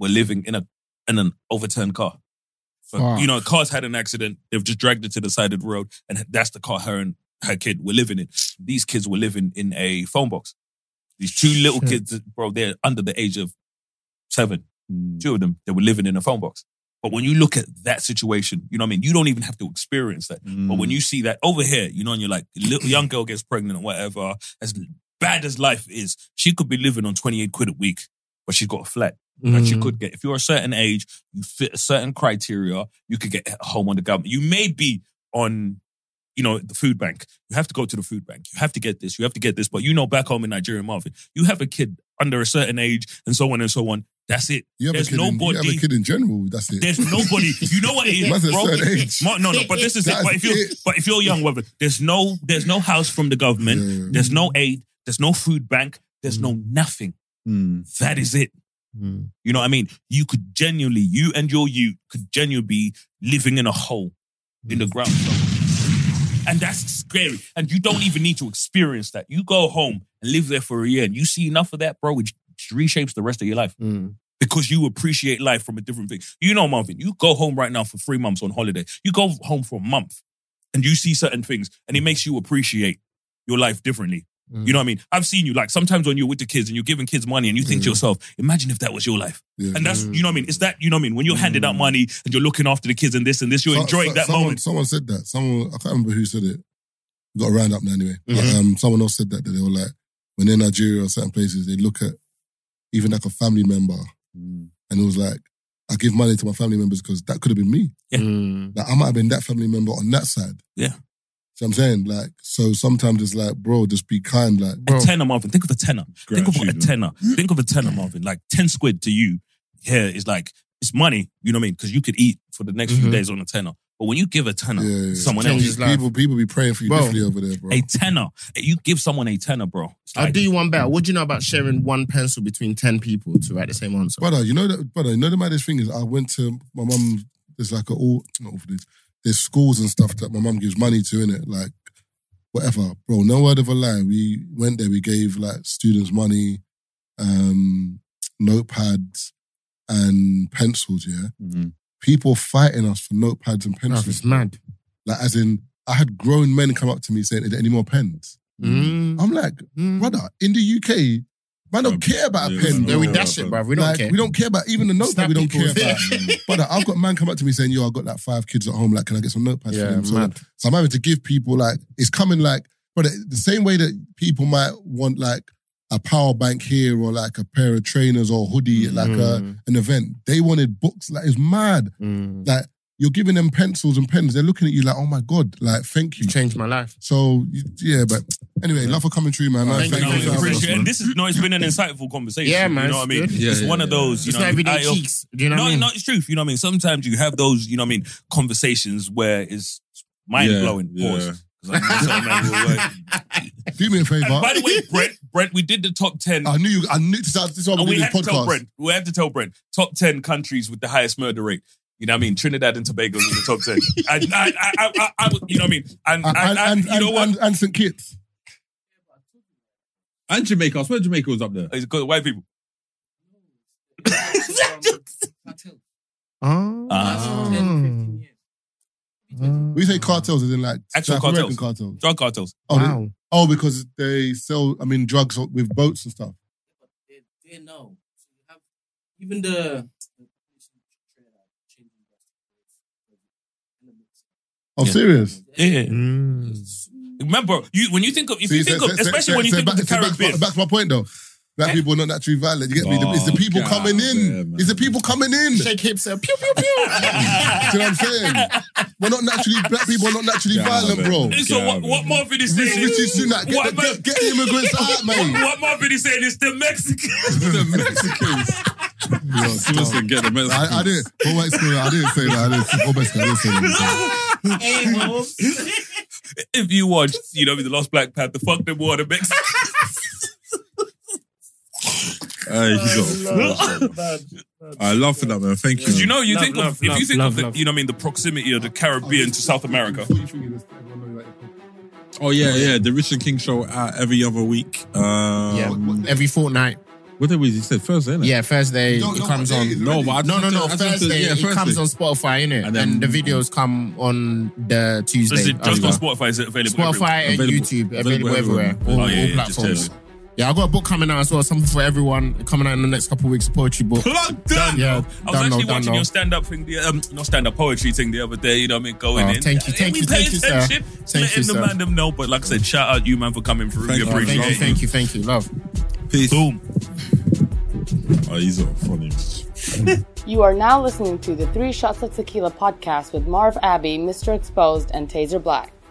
were living in a in an overturned car. So,
Fuck.
you know, car's had an accident. They've just dragged it to the side of the road, and that's the car her and her kid were living in. These kids were living in a phone box. These two little kids, bro, they're under the age of seven. Two of them, they were living in a phone box. But when you look at that situation, you know what I mean? You don't even have to experience that. But
Mm.
when you see that over here, you know, and you're like, little young girl gets pregnant or whatever, as bad as life is, she could be living on 28 quid a week, but she's got a flat that you
Mm.
could get. If you're a certain age, you fit a certain criteria, you could get a home on the government. You may be on, you know, the food bank. You have to go to the food bank. You have to get this. You have to get this. But you know, back home in Nigeria, Marvin, you have a kid under a certain age and so on and so on. That's it.
You have, a
There's
kid in, you
nobody.
have a kid in general, that's it.
There's nobody. You know what it is,
That's a
bro?
certain age.
Mo- No, no. But this is it. But if you,
That's it.
but if you're young, whether there's no, there's no house from the government.
Yeah.
There's no aid. There's no food bank. There's no nothing. That is it. You know what I mean? You could genuinely, you and your you could genuinely be living in a hole in the ground. somewhere. And that's scary. And you don't even need to experience that. You go home and live there for a year and you see enough of that, bro, which reshapes the rest of your life because you appreciate life from a different thing. You know, Marvin, you go home right now for three months on holiday. You go home for a month and you see certain things and it makes you appreciate your life differently. You know what I mean? I've seen you like sometimes when you're with the kids and you're giving kids money and you
Mm.
think to yourself, imagine if that was your life.
Yeah.
And that's, you know what I mean? It's that, you know what I mean? When you're handing out money and you're looking after the kids and this and this, you're
Mm. So-
enjoying
so-
that
someone,
moment.
Someone said that. Someone I can't remember who said it. We've got a round up now anyway. But,
Mm-hmm.
um, someone else said that, that they were like, when they're in Nigeria or certain places, they look at even like a family member,
Mm.
and it was like, I give money to my family members because that could have been me.
Yeah.
Mm.
Like I might have been that family member on that side.
Yeah.
See what I'm saying? Like, so sometimes it's like, bro, just be kind. Like,
A tenner, Marvin. Think of a tenner.
Mm.
Think of what a
Gratitude,
tenner. Think of a tenner, Marvin. Like 10 squid to you here is like, it's money. You know what I mean? Because you could eat for the next few days on a tenner. But when you give a tenner,
Mm-hmm. Yeah, yeah,
to
yeah.
someone
Changes
else,
life.
people, people be praying for you
Bro.
differently over there, bro.
a tenner, you give someone a tenner, bro. It's
I'll
like,
do you one better. What do you know about sharing one pencil between 10 people to write the same answer?
Brother, you know that brother, you know the maddest thing is I went to my mum, there's like a all not all for this, there's schools and stuff that my mum gives money to, innit? Like whatever. Bro, no word of a lie. We went there, we gave like students money, um, notepads and pencils, yeah.
Mm.
People fighting us for notepads and
Bruv,
pencils.
it's mad.
Like as in I had grown men come up to me saying, Is there any more pens?
Mm.
I'm like, brother, in the UK, man don't care about a
yeah,
pen.
man,
bro.
No, we
Yeah,
dash
bruv.
it, bruv. We don't
Like,
care.
We don't care about even the notepad.
Snap
We don't care
people.
about. but uh, I've got a man come up to me saying, "Yo, I've got like five kids at home. Like, can I get some notepads
Yeah,
for them?" So,
mad.
so I'm having to give people like it's coming like, but the same way that people might want like a power bank here or like a pair of trainers or hoodie at like uh, a,
Mm.
an event, they wanted books. Like it's mad. Like you're giving them pencils and pens. They're looking at you like, "Oh my god!" Like, thank you.
Changed my life.
So you- yeah, but anyway, love for coming through, man.
Thank
No,
you,
for
thank you.
having us,
appreciate it.
man.
And this is no, it's been an insightful conversation.
Yeah, man,
You know what I
it's
mean?
good.
it's
Yeah,
one
yeah,
of those. You
It's
know,
not everyday
I-
cheeks. Do you know
no,
what I mean?
no, it's truth. You know what I mean? Sometimes you have those, you know what I mean, conversations where it's mind blowing.
Yeah,
Pause.
yeah.
Because Like, that's what I remember, like-
Do me a favor.
By the way, Brent, Brent, we did the top ten.
I knew Oh, you. I knew this. This is why
and
we
we
do this
had to tell
podcast.
Brent. We had to tell Brent. Top ten countries with the highest murder rate. You know what I mean? Trinidad and Tobago was in the top ten. And I, I, I, I, I, would- you know what I mean? And,
And, and,
and,
and,
and you know what?
and, and St. Kitts.
And Jamaica. I swear Jamaica was up there.
It's good white people.
Oh.
Ah.
We say cartels as in like
Actual
South
cartels.
American cartels.
Drug cartels.
Oh, they-
Wow.
oh, because they sell. I mean, drugs with boats and stuff.
They, they know. So you have even the the population trade are changing
Oh,
Yeah.
serious?
Yeah. Mm. Remember, you when you think of if
See,
you think
so-
of
so-
especially
so-
when you
so
think
back,
of the
so back-
Caribbean. Eh?
Back, to my point though. Black people are not naturally violent. You get me? It's the
Oh,
people
God,
coming in.
man.
it's the people coming in.
Shake hips, uh, pew, pew, pew.
Do you know what I'm saying? We're not naturally black people. Are not naturally
Yeah,
violent,
man.
bro.
And so what, what Marvin is saying
Richie
is
Sunak, get,
what,
the, get, get the immigrants out,
what,
mate.
what Marvin is saying is the Mexicans.
the Mexicans. Listen, get the Mexicans.
I, I didn't. Go back school. I didn't say that. I didn't. Go back school. I didn't say that.
if you watch, you know, the Lost Black Panther, fuck them water Mexicans.
Hey, you got- I love for that, man. Thank you.
Because you know, you
Love,
think of,
love,
if
love,
you think
love,
of the,
love.
you know, what I mean, the proximity of the Caribbean to South America.
Oh yeah, yeah. The Richard King show uh, every other week. Uh,
Yeah. Every fortnight.
What did we? You said Thursday, innit?
Yeah, Thursday
Don't-
it
don't-
comes on.
it's
No,
already-
but I
No, no,
just-
no.
I just-
Thursday,
yeah,
it comes
Thursday.
on Spotify, innit?
And
And,
then-
the videos come on the Tuesday.
Is it
Oh,
just
yeah.
on Spotify? Is it available? everywhere?
Spotify and
Available-
YouTube, available,
available
everywhere,
everywhere.
all,
Oh, yeah,
all
yeah, just
platforms.
tell
Yeah, I got a book coming out as well, something for everyone coming out in the next couple of weeks, poetry book.
Plugged done.
Yeah,
I was
done,
actually
no, done,
watching
no.
your stand-up thing, the um, not stand-up poetry thing the other day. You know what I mean? Going
Oh,
in.
thank you, thank
we
you,
pay
thank you, sir.
attention.
Thank
letting
you,
the
sir.
man them know. But like I said, shout out you, man, for coming through.
Thank
we
you,
Oh,
appreciate
thank you,
it.
thank you, thank you, love.
Peace.
Boom.
Oh, he's not funny.
You are now listening to the Three Shots of Tequila podcast with Marv Abbey, Mr. Exposed, and Taser Black.